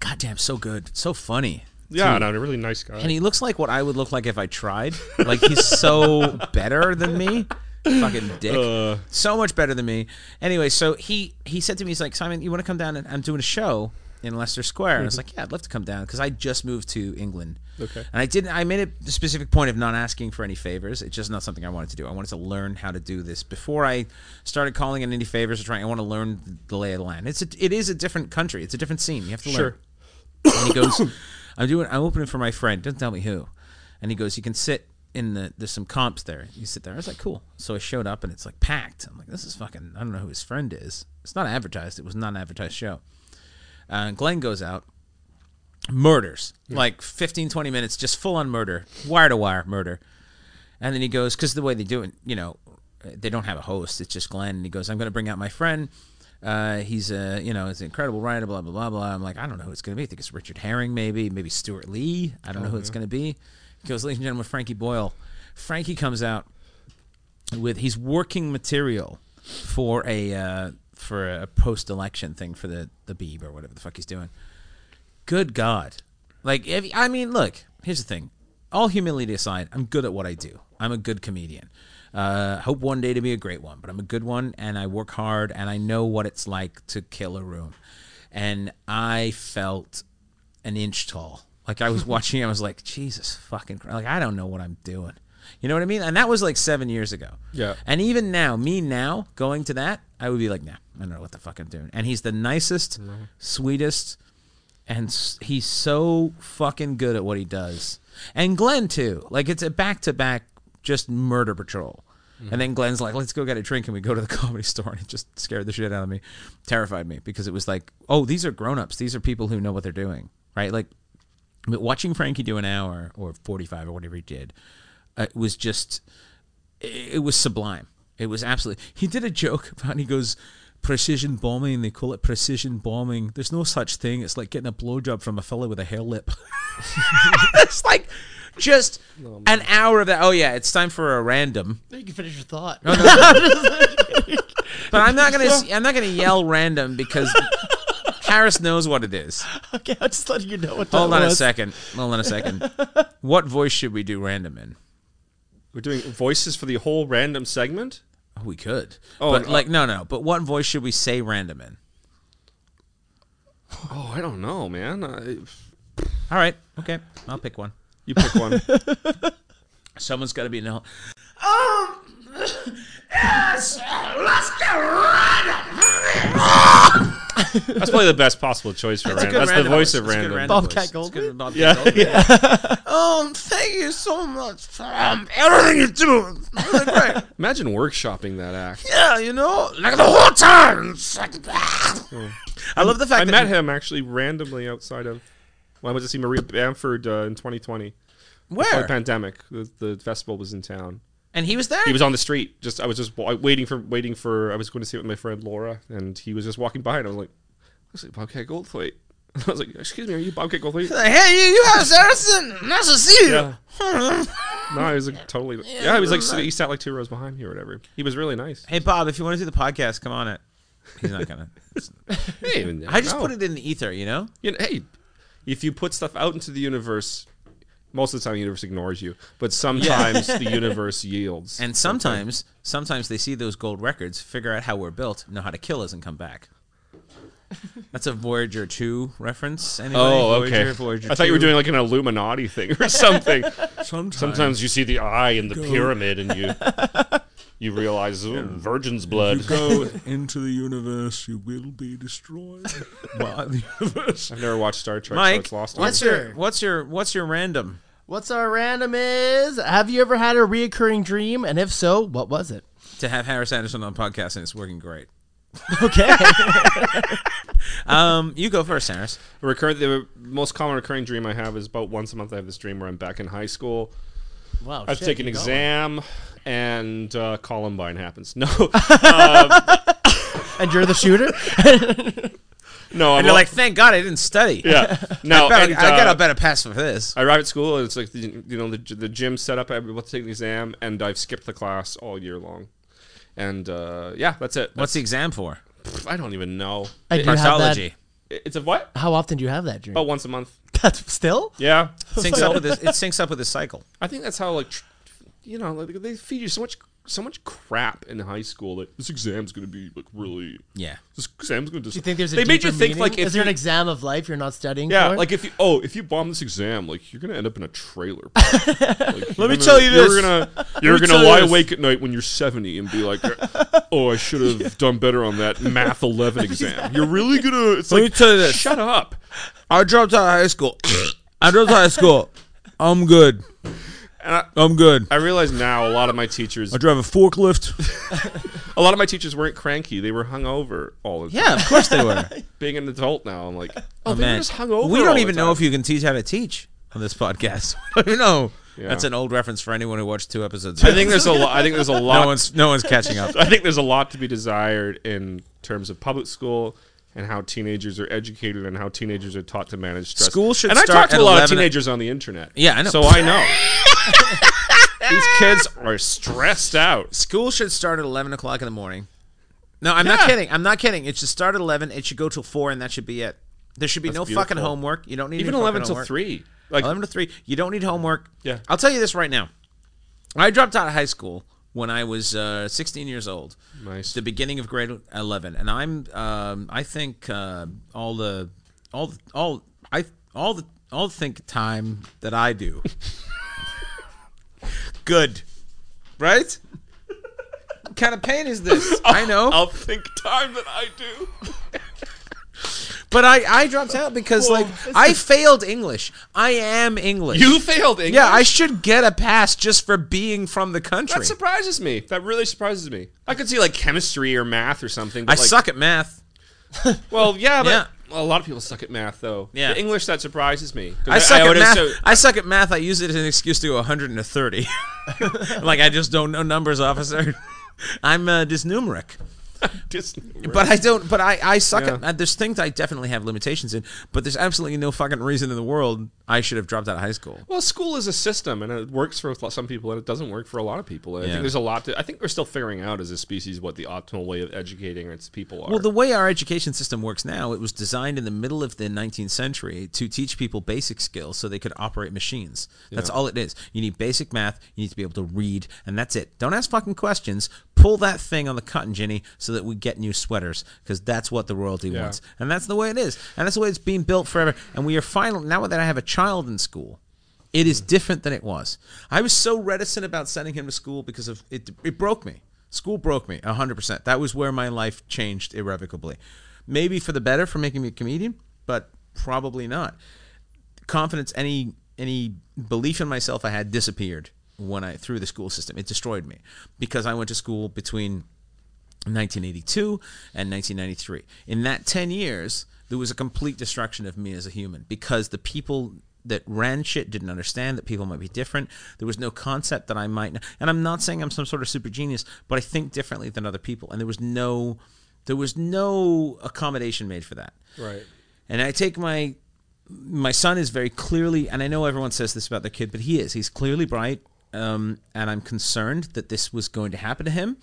goddamn, so good, so funny.
Yeah, no, a really nice guy.
And he looks like what I would look like if I tried. Like he's so better than me. Fucking dick.
Uh.
so much better than me. Anyway, so he he said to me, he's like, Simon, you want to come down and I'm doing a show in Leicester Square.
Mm-hmm.
And I was like, Yeah, I'd love to come down because I just moved to England. Okay. And I didn't I made a specific point of not asking for any favors. It's just not something I wanted to do. I wanted to learn how to do this before I started calling in any favors or trying I want to learn the lay of the land. It's a, it is a different country. It's a different scene. You have to learn.
Sure.
And he goes, I'm doing, I'm opening for my friend. Doesn't tell me who. And he goes, you can sit in the, there's some comps there. You sit there. I was like, cool. So I showed up and it's like packed. I'm like, this is fucking, I don't know who his friend is. It's not advertised. It was not an advertised show. Uh, Glenn goes out, murders, like 15, 20 minutes, just full on murder, wire to wire murder. And then he goes, because the way they do it, you know, they don't have a host. It's just Glenn. And he goes, I'm going to bring out my friend. Uh, he's a, you know, he's an incredible writer, blah, blah, blah, blah. I'm like, I don't know who it's going to be. I think it's Richard Herring, maybe, maybe Stuart Lee. I don't know who it's going to be. He goes, ladies and gentlemen, Frankie Boyle. Frankie comes out with, he's working material for a, uh, for a post-election thing for the, the Beeb or whatever the fuck he's doing good god like if, i mean look here's the thing all humility aside i'm good at what i do i'm a good comedian uh, hope one day to be a great one but i'm a good one and i work hard and i know what it's like to kill a room and i felt an inch tall like i was watching i was like jesus fucking Christ. like i don't know what i'm doing you know what i mean and that was like seven years ago
Yeah.
and even now, me now going to that, I would be like, nah, I don't know what the fuck I'm doing. And he's the nicest, sweetest, and s- he's so fucking good at what he does. And Glenn too. Like it's a back to back, just murder patrol. And then Glenn's like, let's go get a drink. And we go to the comedy store. And it just scared the shit out of me, terrified me because it was like, oh, these are grown ups. These are people who know what they're doing, right? Like but watching Frankie do an hour or 45 or whatever he did uh, it was just it, it was sublime it was absolutely he did a joke about he goes precision bombing they call it precision bombing there's no such thing it's like getting a blowjob from a fella with a hair lip it's like just an hour of that oh yeah it's time for a random
You can finish your thought.
but i'm not gonna s- i'm not gonna yell random because harris knows what it is
okay, I'm just letting you know what that
hold on a
was.
second hold on a second what voice should we do random in
We're doing voices for the whole random segment.
We could.
Oh,
but
and, uh,
like no, no. But what voice should we say random in?
Oh, I don't know, man. I,
All right. Okay. I'll pick one.
you pick one.
Someone's got to be in. the-
That's probably the best possible choice for
good
random. That's
random
the voice
voice.
of
That's a good
random.
random-
Bobcat
It's
Goldthwait?
good, Bob Goldthwait.
Um, thank you so much for um, everything you do. It's really great.
Imagine workshopping that act.
yeah, you know, like the whole time. It's like, I love the fact
I met him actually randomly outside of. Well, I went to see Maria Bamford uh, in 2020. Before The
Where?
pandemic, the, the festival was in town.
And he was there.
He was on the street. Just I was just wa- waiting for waiting for. I was going to see it with my friend Laura, and he was just walking by, and I was like, "Looks like Bobcat Goldthwait." I was like, "Excuse me, are you Bobcat Goldthwait?"
Hey, you, you have Saracen. Nice to see you.
Yeah. no, he was like totally. Yeah, he was like he sat like two rows behind me or whatever. He was really nice.
hey Bob, if you want to do the podcast, come on it. He's not gonna.
Hey, even-
I just
no.
put it in the ether, you know.
You know, hey, if you put stuff out into the universe, most of the time the universe ignores you, but sometimes the universe yields.
And sometimes, sometimes they see those gold records, figure out how we're built, know how to kill us, and come back. That's a Voyager Two reference. Anybody?
Oh, okay.
Voyager, Voyager
I thought you were
2.
doing like an Illuminati thing or something. Sometimes, you see the eye in the pyramid and you you realize ooh, virgin's blood.
Go into the universe, you will be destroyed. Well, the universe.
I've never watched Star Trek, so
Mike,
it's lost. on
what's
me.
your what's your what's your random?
What's our random is? Have you ever had a reoccurring dream? And if so, what was it?
to have Harris Anderson on podcast and it's working great.
Okay.
Um, you go first, Harris.
Recurrent, the most common recurring dream I have is about once a month. I have this dream where I'm back in high school.
wow.
I've
shit,
taken an
keep going.
exam, and uh, Columbine happens. No,
And you're the shooter?
no, I'm
And you're
all-
like, thank God I didn't study.
yeah, no.
I,
and,
I
uh,
got a better pass for this.
I arrive at school and it's like the, you know the, the gym set up. I'm about to take the exam, and I've skipped the class all year long. And uh, yeah, that's it.
What's the exam for?
That's- I don't even know.
I do have that.
Parsology.
It's a what?
How often do you have that dream?
About once a month.
That's still?
Yeah,
Syncs up with this, it syncs up with this cycle.
I think that's how like tr- you know like, they feed you so much so much crap in high school. Like this exam's gonna be like really
Yeah.
this exam's gonna. Dis-
Do you think there's a
they made you
deeper
think like
meaning?
if
is there an
you-
exam of life you're not studying
Yeah,
for?
like if you oh if you bomb this exam, like you're gonna end up in a trailer. park. Like, you're
me
gonna-
tell you this.
you're gonna you're
me tell
gonna
you
lie
this.
awake at night when you're 70 and be like, oh, I should have done better on that math 11 exam. You're really gonna. It's
Let me
like
tell you this.
shut up.
I dropped out of high school. I dropped out of high school. I'm good. I'm good.
I realize now a lot of my teachers
I drive a forklift.
a lot of my teachers weren't cranky. They were hungover all the time.
Yeah, of course they were.
Being an adult now, I'm like, oh,
Oh,
they were
man.
just hungover.
we
all
don't
the
even know
time.
if you can teach how to teach on this podcast. you know, that's an old reference for anyone who watched two episodes.
I think there's a lot. I think there's a lot.
no one's no one's catching up.
I think there's a lot to be desired in terms of public school and how teenagers are educated and how teenagers are taught to manage stress.
School should
and I talk
start
to
at
a lot of
11
teenagers on the internet.
Yeah, I know.
So I know these kids are stressed out.
School should start at eleven o'clock in the morning. No, I'm not kidding. I'm not kidding. It should start at eleven. It should go till four, and that should be it. There should be no fucking
beautiful.
homework. You don't need
Even
any fucking
eleven till
homework.
three. Like
11 to 3. You don't need homework.
Yeah.
I'll tell you this right now. I dropped out of high school when I was uh, 16 years old.
Nice.
The beginning of grade 11. And I'm um, I think uh, all the all the, all I all the all the think time that I do. Good. Right? What kind of pain is this? I know.
I'll think time that I do.
but I, I dropped out because like I failed English. I am English.
You failed English.
Yeah, I should get a pass just for being from the country.
That surprises me. That really surprises me. I could see like chemistry or math or something. But
I
like,
suck at math.
Well, yeah, but
Yeah.
a lot of people suck at math though.
Yeah.
The English that surprises me. 'Cause
I suck at
would
math.
assume-
I suck at math. I use it as an excuse to go 130. like I just don't know numbers, officer. I'm uh, dysnumeric.
Just-
But I don't. But I, I suck
Yeah.
at math. There's things I definitely have limitations in. But there's absolutely no fucking reason in the world I should have dropped out of high school.
Well, school is a system, and it works for some people, and it doesn't work for a lot of people. And I
Yeah.
think there's a lot to. I think we're still figuring out as a species what the optimal way of educating its people are.
Well, the way our education system works now, it was designed in the middle of the 19th century to teach people basic skills so they could operate machines. That's all it is. You need basic math, you need to be able to read, and that's it. Don't ask fucking questions. Pull that thing on the cotton ginny so that we get new sweaters because that's what the royalty wants. And that's the way it is. And that's the way it's being built forever. And we are finally, now that I have a child in school, it is different than it was. I was so reticent about sending him to school because of it. It broke me. School broke me 100%. That was where my life changed irrevocably. Maybe for the better for making me a comedian, but probably not. Confidence, any any belief in myself I had disappeared when I through the school system. It destroyed me because I went to school between 1982 and 1993. In that 10 years, there was a complete destruction of me as a human because the people that ran shit didn't understand that people might be different. There was no concept that I might, and I'm not saying I'm some sort of super genius, but I think differently than other people. And there was no, there was no accommodation made for that. Right. And I take my my son is very clearly, and I know everyone says this about their kid, but he is. He's clearly bright, um, and I'm concerned that this was going to happen to him.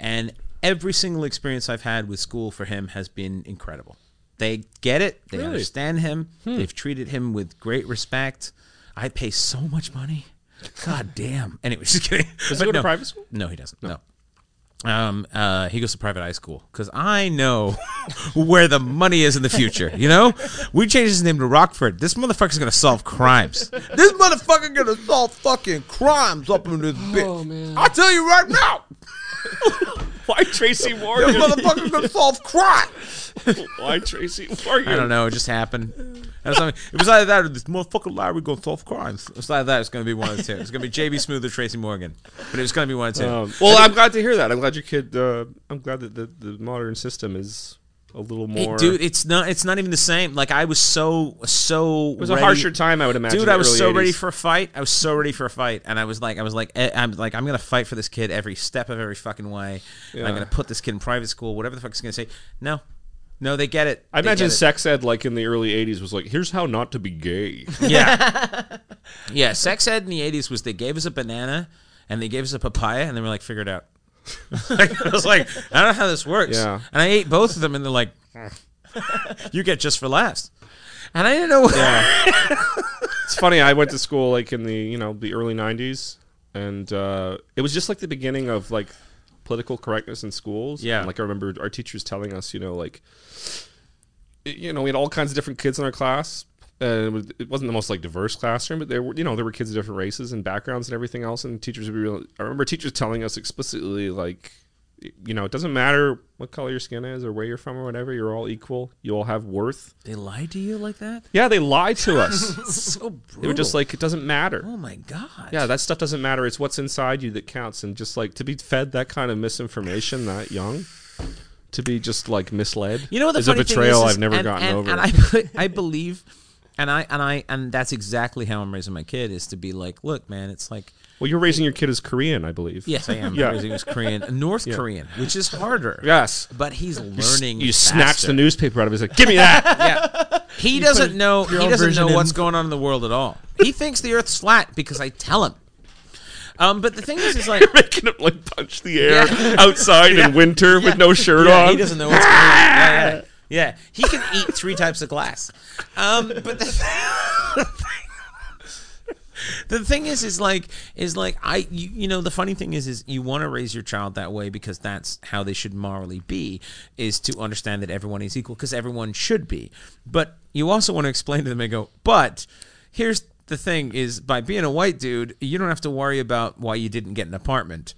And every single experience I've had with school for him has been incredible. They get it. They understand him.
Hmm.
They've treated him with great respect. I pay so much money. God damn. Anyway, just kidding. Does
he go to private school?
No, he doesn't. No. Um, uh, he goes to private high school because I know where the money is in the future. You know, we changed his name to Rockford. This motherfucker's gonna solve crimes.
This motherfucker gonna solve fucking crimes up in
Oh,
this bitch. I tell you right now,
Why Tracy
this
Morgan?
motherfucker's gonna solve crime.
Why Tracy Morgan?
I don't know. It just happened. That's something. It was either that or this motherfucking library gonna solve crimes. It was either that. It's gonna be one of the two. It's gonna be JB Smooth or Tracy Morgan. But it was gonna be one of the two.
Um, well, I'm glad to hear that. I'm glad your kid. Uh, I'm glad that the, the modern system is a little
It-
more.
dude, it's not. It's not even the same. Like I was so so.
it was a harsher time, I would imagine.
Dude, I was
early
so
80s.
ready for a fight. I was so ready for a fight, and I was like, I was like, eh, I'm like, I'm gonna fight for this kid every step of every fucking way. And I'm
Yeah.
gonna put this kid in private school, whatever the fuck it's gonna say. No, no, they get it.
I
They
imagine
get it.
sex ed, like in the early '80s, was like, "Here's how not to be gay."
Yeah. yeah. Sex ed in the 80s was they gave us a banana and they gave us a papaya and they were like, figure it out. like, I was like, I don't know how this works.
Yeah.
And I ate both of them and they're like, "Mm." you get just for last. And I didn't know.
it's funny. I went to school like in the you know the early '90s, and uh, it was just like the beginning of like political correctness in schools.
Yeah.
And, like I remember our teachers telling us, you know, like y- you know we had all kinds of different kids in our class. Uh, it was- it wasn't the most like diverse classroom, but there were you know there were kids of different races and backgrounds and everything else. And teachers would be real. I remember teachers telling us explicitly like, y- you know, it doesn't matter what color your skin is or where you're from or whatever. You're all equal. You all have worth.
They lied to you like that?
Yeah, they lied to us.
So
they were just like, it doesn't matter.
oh my God.
Yeah, that stuff doesn't matter. It's what's inside you that counts. And just like to be fed that kind of misinformation that young, to be just like misled,
You know what the
is a
funny
betrayal
thing is, is-
I've never
and-
gotten
and-
over.
And I, be- I believe, and I and I and that's exactly how I'm raising my kid is to be like, look, man, it's like
well, you're raising your kid as Korean, I believe.
Yes, I am.
Yeah.
Raising his Korean, North Korean, which is harder.
Yes.
But he's
You s-
learning.
You snatch
faster.
the newspaper out of his like, give me that.
Yeah. He doesn't know. He
own
doesn't
version
know
in.
what's going on in the world at all. He thinks the Earth's flat because I tell him. Um, but the thing is, is like
Making him like punch the air
Yeah.
outside in winter with no shirt
yeah,
on.
he doesn't know what's going on. Yeah, yeah. yeah, he can eat three types of glass. Um, but the, the thing is, is like, is like I, you, you know, the funny thing is, is you want to raise your child that way because that's how they should morally be, is to understand that everyone is equal because everyone should be. But you also want to explain to them and go, but here's the thing: is by being a white dude, you don't have to worry about why you didn't get an apartment.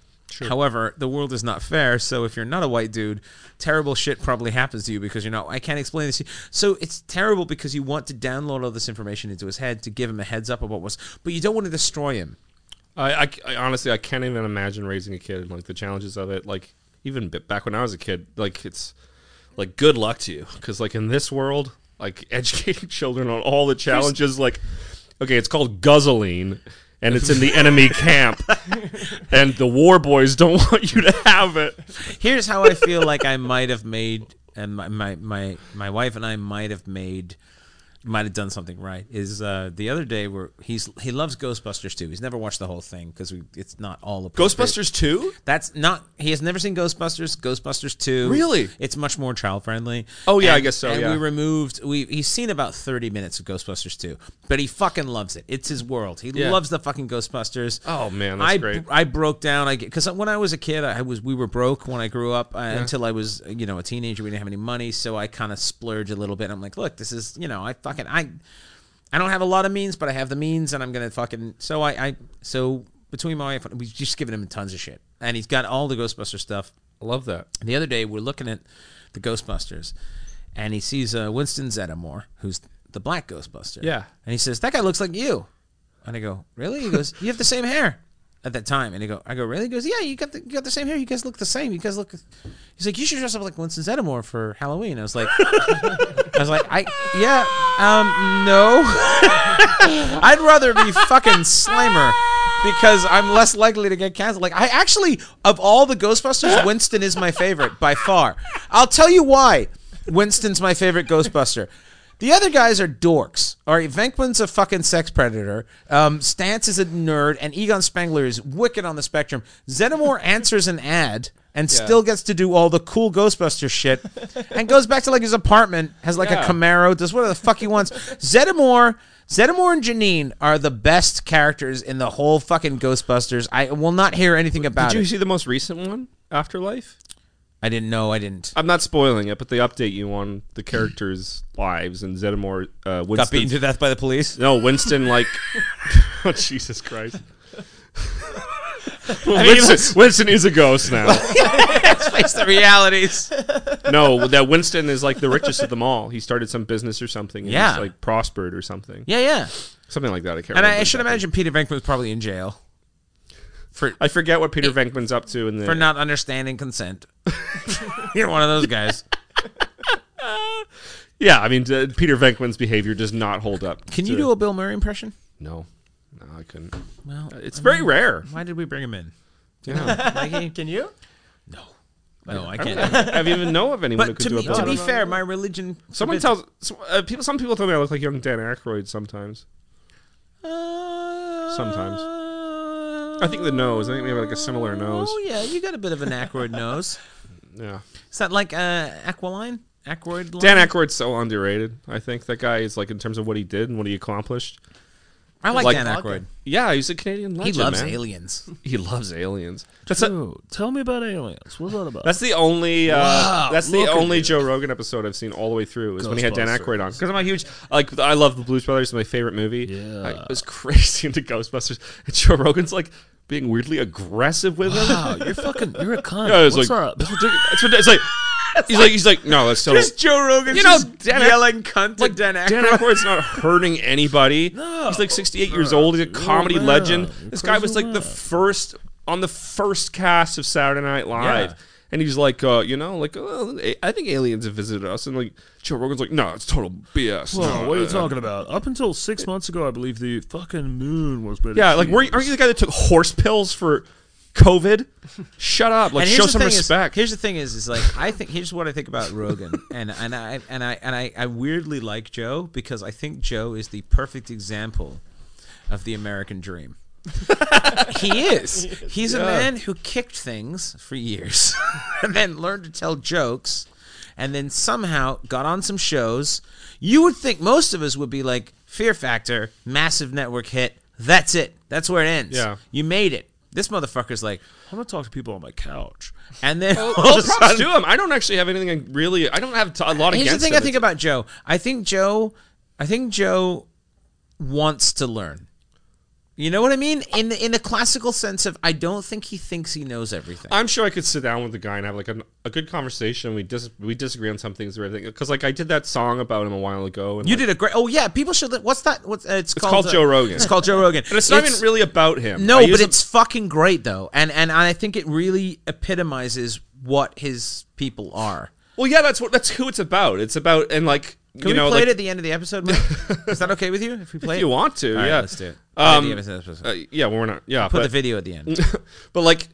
However, the world is not fair. So if you're not a white dude, terrible shit probably happens to you because you're not. I can't explain this. to you. So it's terrible because you want to download all this information into his head to give him a heads up about what's, but you don't want to destroy him.
I, I, I honestly, I can't even imagine raising a kid and like the challenges of it. Like even b- back when I was a kid, like it's like good luck to you because like in this world, like educating children on all the challenges, like okay, it's called guzzling. And it's in the enemy camp, and the war boys don't want you to have it.
Here's how I feel like I might have made, and my my my, my wife and I might have made. Might have done something right. Is uh, the other day where he's he loves Ghostbusters too. He's never watched the whole thing because we it's not all appropriate.
Ghostbusters two.
That's not. He has never seen Ghostbusters. Ghostbusters two.
Really?
It's much more child friendly.
Oh, yeah, I
And-
guess so,
And
yeah.
we removed. We he's seen about thirty minutes of Ghostbusters two, but he fucking loves it. It's his world. He loves the fucking Ghostbusters.
Oh, man, that's
I,
great.
I broke down. I because when I was a kid, I was we were broke when I grew up uh, until I was you know a teenager. We didn't have any money, so I kind of splurged a little bit. I'm like, look, this is you know I fucking I. I don't have a lot of means, but I have the means, and I'm gonna fucking. So I, I so between my wife, we've just given him tons of shit, and he's got all the Ghostbuster stuff.
I love that.
And the other day, we're looking at the Ghostbusters, and he sees uh, Winston Zeddemore, who's the black Ghostbuster.
Yeah.
and he says that guy looks like you, and I go, really? He goes, you have the same hair. At that time, and he go, I go, really? He goes, yeah, you got the you got the same hair. You guys look the same. You guys look. He's like, you should dress up like Winston Zeddemore for Halloween. I was like, I was like, I yeah, um, no. I'd rather be fucking Slimer because I'm less likely to get canceled. Like I actually, of all the Ghostbusters, Winston is my favorite by far. I'll tell you why. Winston's my favorite Ghostbuster. The other guys are dorks. All right, Venkman's a fucking sex predator. Um, Stance is a nerd, and Egon Spengler is wicked on the spectrum. Zeddemore answers an ad and still gets to do all the cool Ghostbuster shit, and goes back to like his apartment, has like
Yeah.
a Camaro, does whatever the fuck he wants. Zeddemore, Zeddemore and Janine are the best characters in the whole fucking Ghostbusters. I will not hear anything about
Did you
it.
see the most recent one, Afterlife?
I didn't know. I didn't.
I'm not spoiling it, but they update you on the characters' lives and Zeddemore. Uh, Winston,
Got beaten to death by the police.
No, Winston like oh, Jesus Christ. Well, Winston, Winston is a ghost now.
Face the realities.
no, that Winston is like the richest of them all. He started some business or something. And
Yeah.
he's, like prospered or something.
Yeah, yeah.
something like that. I can't.
And I,
remember
I should
exactly.
imagine Peter Venkman's probably in jail
I forget what Peter Venkman's up to in the.
for not understanding consent. You're one of those guys.
yeah, I mean uh, Peter Venkman's behavior does not hold up.
Can you do a Bill Murray impression?
No, no, I couldn't.
Well,
It's very rare.
why did we bring him in?
Can you?
No, I can't.
I don't even know of anyone who
But
could
to
do
me,
a.
to be fair, my religion.
Someone tells some, uh, people. Some people tell me I look like young Dan Aykroyd sometimes.
Uh,
Sometimes. I think the nose. I think we have like a similar nose.
Oh yeah, you got a bit of an Ackroyd nose.
Yeah.
Is that like uh, Aqualine? Ackroyd. Line?
Dan Aykroyd's so underrated. I think that guy is like in terms of what he did and what he accomplished.
I like,
like-
Dan Aykroyd.
Yeah, he's a Canadian legend.
He loves
man.
aliens.
He loves aliens. That's a,
tell me about aliens. What's that about?
That's the only uh, that's the only Joe Rogan episode I've seen all the way through is when he had Dan Aykroyd on because I'm a huge like I love the Blues Brothers, it's my favorite movie. Yeah, I was crazy into Ghostbusters. And Joe Rogan's like being weirdly aggressive with him.
Wow, you're fucking. You're a cunt.
Yeah, it's
What's
like
up?
it's ridiculous. It's, ridiculous. It's like he's like he's like no that's so
Joe Rogan.
You know, Dan Ack-
cunt
like Dan Aykroyd's not hurting anybody. He's like 68 years old. He's a comedy legend. This guy was like the first on the first cast of Saturday Night Live. And he's like, uh, you know, like oh, I think aliens have visited us, and like Joe Rogan's like, no, it's total BS.
Well,
No,
what are
uh,
you talking about? Up until six months ago, I believe the fucking moon was made. of
Yeah, like,
cheese.
were, you- aren't you the guy that took horse pills for COVID? Shut up! Like,
And here's
show
the
some
thing is-
respect.
here's the thing is, is like I think here's what I think about Rogan, and and I and I and I, I weirdly like Joe because I think Joe is the perfect example of the American dream. he is. He's a man who kicked things for years, and then learned to tell jokes, and then somehow got on some shows. You would think most of us would be like Fear Factor, massive network hit. That's it. That's where it ends.
Yeah.
You made it. This motherfucker's like,
I'm gonna talk to people on my couch.
and then all
All
of a
props
sudden-
to him. I don't actually have anything. I Really, I don't have t- a lot
Here's the
against
thing
him.
I think about Joe. I think Joe, I think Joe wants to learn. You know what I mean? In the, in the classical sense of, I don't think he thinks he knows everything.
I'm sure I could sit down with the guy and have like an, a good conversation. We dis- we disagree on some things or everything because like I did that song about him a while ago. And
you
like,
did a great. Oh yeah, people should. li- What's that? What's uh, it's,
called
uh,
Joe Rogan.
It's called Joe Rogan.
And it's not even really about him. I
No,
use
but
him-
it's fucking great though, and and I think it really epitomizes what his people are.
well, yeah, that's what that's who it's about. It's about and like
Can
you
we
know,
play
like,
it at the end of the episode? Mike? Is that okay with you? If we play
if
it,
you want to,
All right,
yeah,
let's do it.
Um,
At the end of the episode.
Uh, yeah, well, we're not. Yeah,
Put
but,
the video at the end.
but like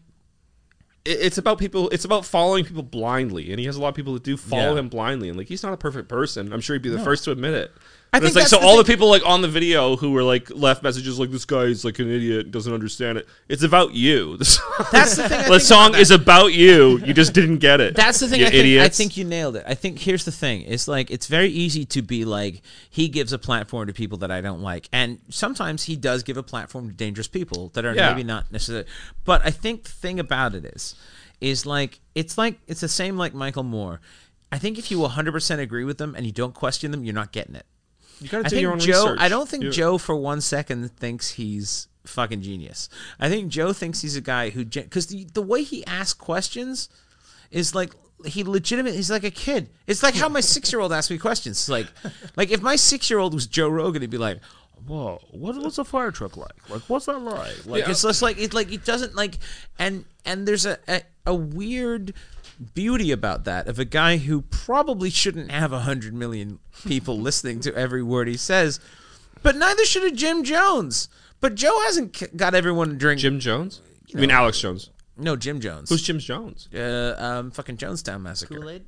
it- it's about people it's about following people blindly and he has a lot of people that do follow
Yeah.
him blindly and like he's not a perfect person i'm sure he'd be the first to admit it
I
But it's
think
like so
that's the
all the people like on the video who were like left messages like this guy is like an idiot doesn't understand it it's about you the song,
That's the
the
thing. I think about
song
that.
is about you you just didn't get it
That's the thing.
you
I, think, I
idiots.
think you nailed it. I think here's the thing. It's like it's very easy to be like he gives a platform to people that I don't like, and sometimes he does give a platform to dangerous people that are
Yeah.
maybe not necessarily. But I think the thing about it is, is like it's like it's the same like Michael Moore. I think if you 100% agree with them and you don't question them, you're not getting it.
you gotta
I
do
think
your own
Joe.
research.
I don't think
You-
Joe for one second thinks he's fucking genius. I think Joe thinks he's a guy who because the the way he asks questions is like he legitimate. He's like a kid. It's like how my six year old asks me questions. It's like like if my six year old was Joe Rogan, he'd be like.
Whoa, what, what's a fire truck like? Like, what's that like? Like,
Like it's just like it like it doesn't like and and there's a, a a weird beauty about that of a guy who probably shouldn't have a hundred million people listening to every word he says, but neither should a Jim Jones. But Joe hasn't c- got everyone to drink.
jim jones i mean alex jones
no, Jim Jones.
who's jim jones
uh, um, fucking Jonestown Massacre.
Kool-Aid?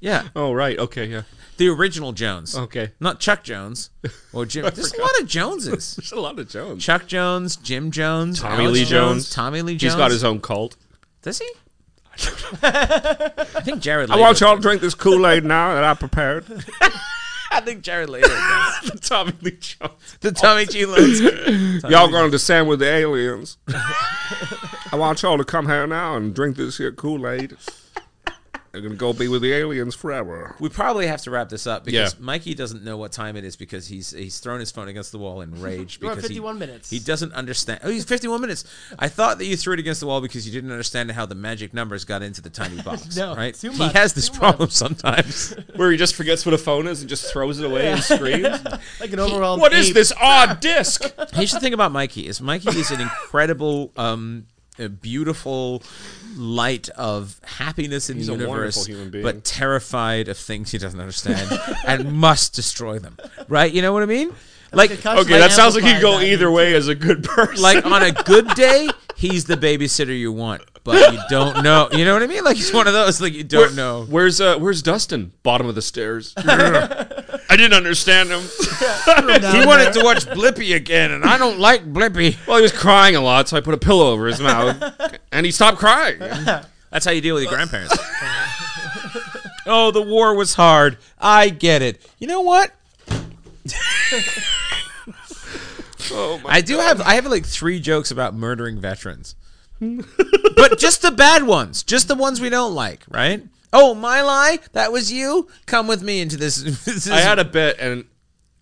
Yeah,
oh right okay yeah
the original Jones.
Okay.
not Chuck Jones or Jim. There's a lot of Joneses.
there's a lot of jones
Chuck Jones, Jim Jones,
Tommy
Alex
Lee Jones.
Tommy Lee Jones.
he's got his own cult
Does he? I think Jared.
I
Leto
want y'all to drink this Kool Aid now that I prepared.
I think Jared Leto. does.
the Tommy Lee Jones.
the Tommy G. Lutz.
y'all going to sand with the aliens. I want y'all to come here now and drink this here Kool Aid. They're gonna go be with the aliens forever.
We probably have to wrap this up because
Yeah.
Mikey doesn't know what time it is because he's he's thrown his phone against the wall in rage
We're at
because he-
51 minutes.
He doesn't understand. Oh, he's 51 minutes. I thought that you threw it against the wall because you didn't understand how the magic numbers got into the tiny box.
No,
right?
too
he
much,
has this
too
problem sometimes.
Where he just forgets what a phone is and just throws it away and screams.
like an overall.
What is
ape.
this odd disc?
Here's the thing about Mikey is Mikey is an incredible, um, a beautiful light of happiness in
He's
the
a wonderful
universe,
human being.
but terrified of things he doesn't understand and must destroy them. Right? You know what I mean? Like,
Okay, that sounds like he
you
could go either way as a good person.
like on a good day, he's the babysitter you want, but you don't know. You know what I mean? Like he's one of those. Like you
Where-
don't know.
Where's uh, Where's Dustin? Bottom of the stairs. I didn't understand him.
He wanted to watch Blippy again, and I don't like Blippy.
Well, he was crying a lot, so I put a pillow over his mouth, and he stopped crying.
That's how you deal with your grandparents. oh, the war was hard. I get it. You know what? I do have I have like three jokes about murdering veterans. but just the bad ones, just the ones we don't like, right? Oh, my lie, that was you. Come with me into this. this
I had a bit, and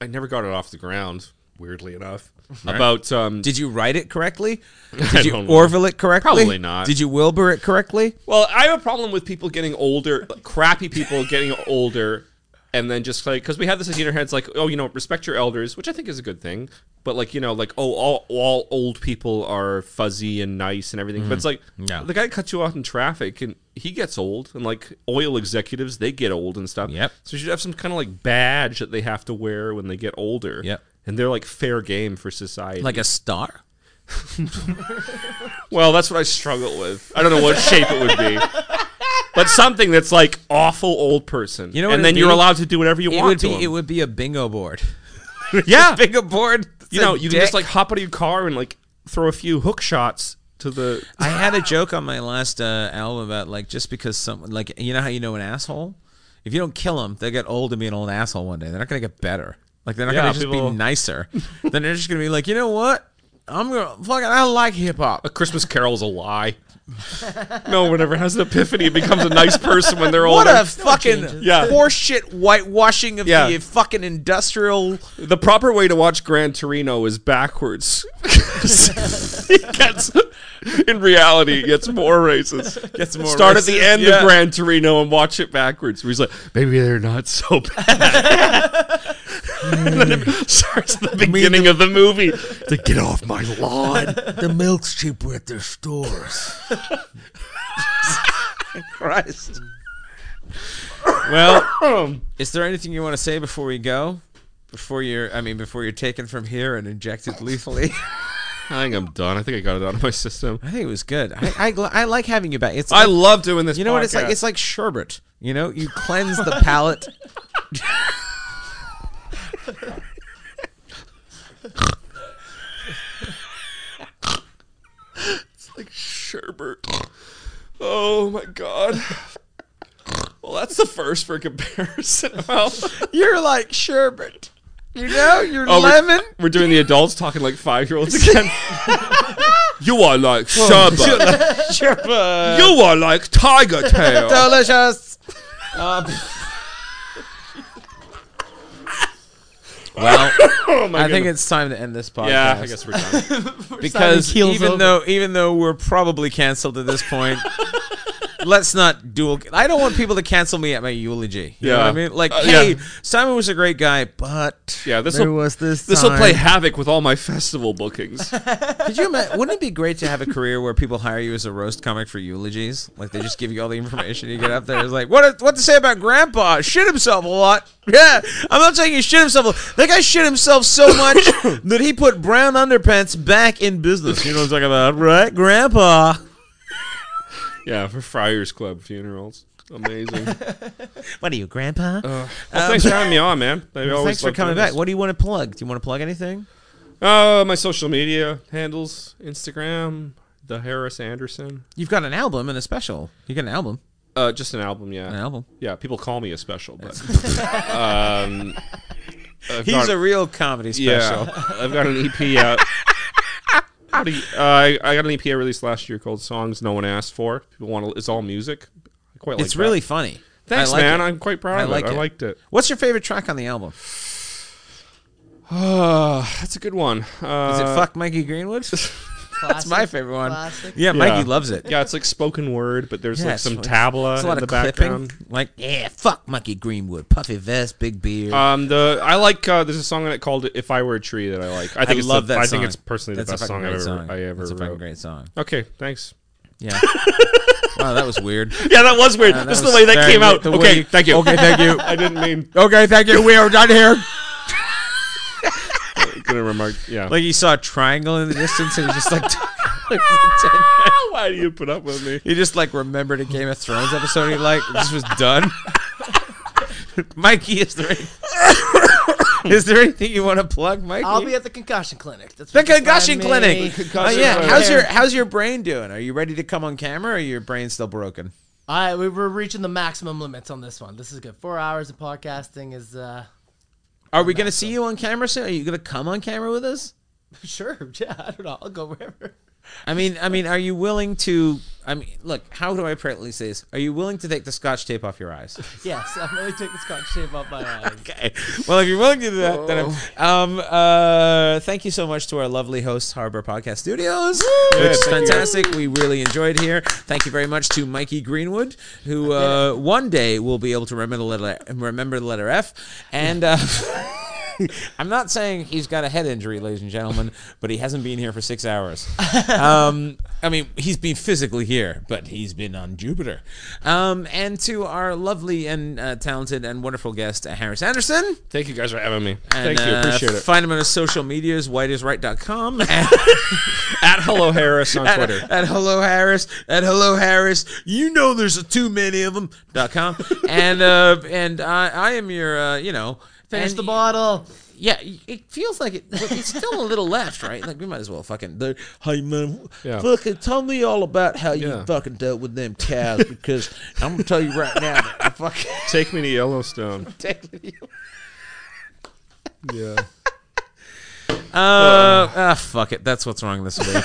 I never got it off the ground. Weirdly enough, about um,
Did you write it correctly?
I
Did you
don't know.
Orville it correctly?
Probably not.
Did you Wilbur it correctly?
Well, I have a problem with people getting older, like, crappy people getting older, and then just like because we have this idea in our heads, like oh, you know, respect your elders, which I think is a good thing. But like you know, like oh, all all old people are fuzzy and nice and everything. But it's like
No.
the guy cut you off in traffic, and he gets old, and like oil executives, they get old and stuff.
Yep.
So you should have some kind of like badge that they have to wear when they get older.
Yep.
And they're like fair game for society.
Like a star?
Well, that's what I struggle with. I don't know what shape it would be. But something that's like awful old person.
You know what
and
it'd
then you're
be?
allowed to do whatever you
It
want
would
to
be.
him.
It would be a bingo board.
yeah.
bingo board.
You know, you can just like
dick.
hop out of your car and like throw a few hook shots to the
I had a joke on my last uh, album about like just because someone like you know how you know an asshole. If you don't kill them, they get old and be an old asshole one day. They're not gonna get better. Like they're not
Yeah,
gonna just
people-
be nicer. then they're just gonna be like, you know what? I'm gonna fucking. I like hip hop.
a Christmas carol's a lie. no one ever has an epiphany and becomes a nice person when they're
What
older.
a fucking
Yeah.
horseshit whitewashing of
Yeah.
the fucking industrial.
the proper way to watch Gran Torino is backwards. it gets in reality, it gets more racist. Gets
more
Start at the
racist,
end
yeah.
of Gran Torino and watch it backwards. Where he's like, maybe they're not so bad. and then it starts at the beginning of the movie. It's like, get off my lawn.
The milk's cheaper at their stores.
Christ. well, is there anything you want to say before we go? Before you're, I mean, before you're taken from here and injected lethally.
I think I'm done. I think I got it out of my system.
I think it was good. I, I, gl- I like having you back. It's
I
like-
love doing this.
you know what it's like. It's like sherbet. You know, you cleanse the palate.
Sherbert. Oh my god. Well, that's the first for comparison. Well,
You're like sherbet. You know, you're
Oh, we're-
lemon.
We're, doing the adults talking like five year olds again. you are like
Oh,
Sherba.
Sherbet.
you are like Tiger Tail.
Delicious. well, I think it's time to end this podcast.
yeah, I guess we're done.
because
Simon Keel's
even
over.
though
e,
even though we're probably canceled at this point, let's not dual. I don't want people to cancel me at my eulogy. You know what I
Yeah.
mean? Like,
Uh,
hey,
yeah.
Simon was a great guy, but
Yeah, this
There
will
was this.
this will
time-
play havoc with all my festival bookings.
could you imagine? Wouldn't it be great to have a career where people hire you as a roast comic for eulogies? Like they just give you all the information you get up there. It's like what what to say about Grandpa? Shit himself a lot. Yeah, I'm not saying he shit himself. a lot. That guy shit himself so much that he put brown underpants back in business. You know what I'm talking about, right, Grandpa?
yeah, for Friars Club funerals. Amazing. Well,
What are you, Grandpa? Um,
thanks for having me on, man. I always
Thanks for
love
coming
doing
back. What do you want to plug? Do you want to plug anything?
this. Uh, my social media handles: Instagram, the Harris Anderson.
You've got an album and a special. You got an album,
Uh, just an album, yeah.
an album.
Yeah, people call me a special, but um, I've
He's
got-
a real comedy special.
Yeah, I've got an EP out. What do you- uh, I, I got an EP I released last year called "Songs No One Asked For." People want to. It's all music. I quite like.
it's
that.
really funny.
Thanks,
I like
man.
it.
I'm quite proud
I
of
like
it.
it.
I liked it.
What's your favorite track on the album?
Uh, that's a good one. Uh,
Is it "Fuck Mikey Greenwood"? That's my favorite one.
Classic.
Yeah, Mikey loves it.
Yeah, it's like spoken word, but there's
Yeah,
like
it's
some
like-
tabla
It's a
Uh,
lot
in the
of clipping.
background.
Like, yeah, fuck Mikey Greenwood, puffy vest, big beard.
Um, the I like uh, there's a song on it called "If I Were a Tree" that I like. I think it's
love
the,
that.
I
song.
think it's personally the
That's a
best
fucking
song I ever
great song.
I ever
That's a fucking
wrote.
great song.
Okay, thanks.
Yeah. wow, that was weird.
Yeah, that was weird. This is the way that came out. Okay, thank you.
Okay, thank you.
I didn't mean
okay, thank you. We are done here.
gonna remark. Yeah.
Like he saw a triangle in the distance, and he just like
Why do you put up with me?
he just like remembered a Game of Thrones episode. He like this was done. Mikey, is there any, is there anything you want to plug, Mikey?
I'll be at the concussion clinic. That's
the
where you can
concussion
find me.
clinic. Oh,
Concussion
yeah,
clinic. Uh,
how's your how's your brain doing? Are you ready to come on camera? or your brain still broken?
I we were reaching the maximum limits on this one. This is good. Four hours of podcasting is uh
Are we gonna see you on camera soon? Are you gonna come on camera with us?
sure. Yeah, I don't know. I'll go wherever.
I mean, I mean, are you willing to? I mean, look, how do I politely say this? Are you willing to take the scotch tape off your eyes?
Yes, I'm really taking scotch tape off my eyes.
okay. Well, if you're willing to do that, then I'm, um, uh, thank you so much to our lovely host, Harbor Podcast Studios, which is fantastic. We really enjoyed here. Thank you very much to Mikey Greenwood, who uh, one day will be able to remember the letter, remember the letter F, and. Uh, I'm not saying he's got a head injury, ladies and gentlemen, but he hasn't been here for six hours. Um, I mean, he's been physically here, but he's been on Jupiter. Um, and to our lovely and uh, talented and wonderful guest, uh, Harris Anderson.
Thank you guys for having me.
And,
Thank you.
uh,
Appreciate it.
Find him on his social medias, whiteisright.com. and-
At Hello Harris on
at,
Twitter.
at hello harris at hello harris you know there's a too many of them dot com and uh and i i am your uh you know
Finish
and
the bottle.
yeah, it feels like it. But it's still a little left, right? Like we might as well fucking. they're, Hey man,
Yeah.
fucking tell me all about how
Yeah.
you fucking dealt with them cows because I'm gonna tell you right now that I fucking
Take me to Yellowstone.
take you.
Yeah.
Uh, ah, fuck it. That's what's wrong this week.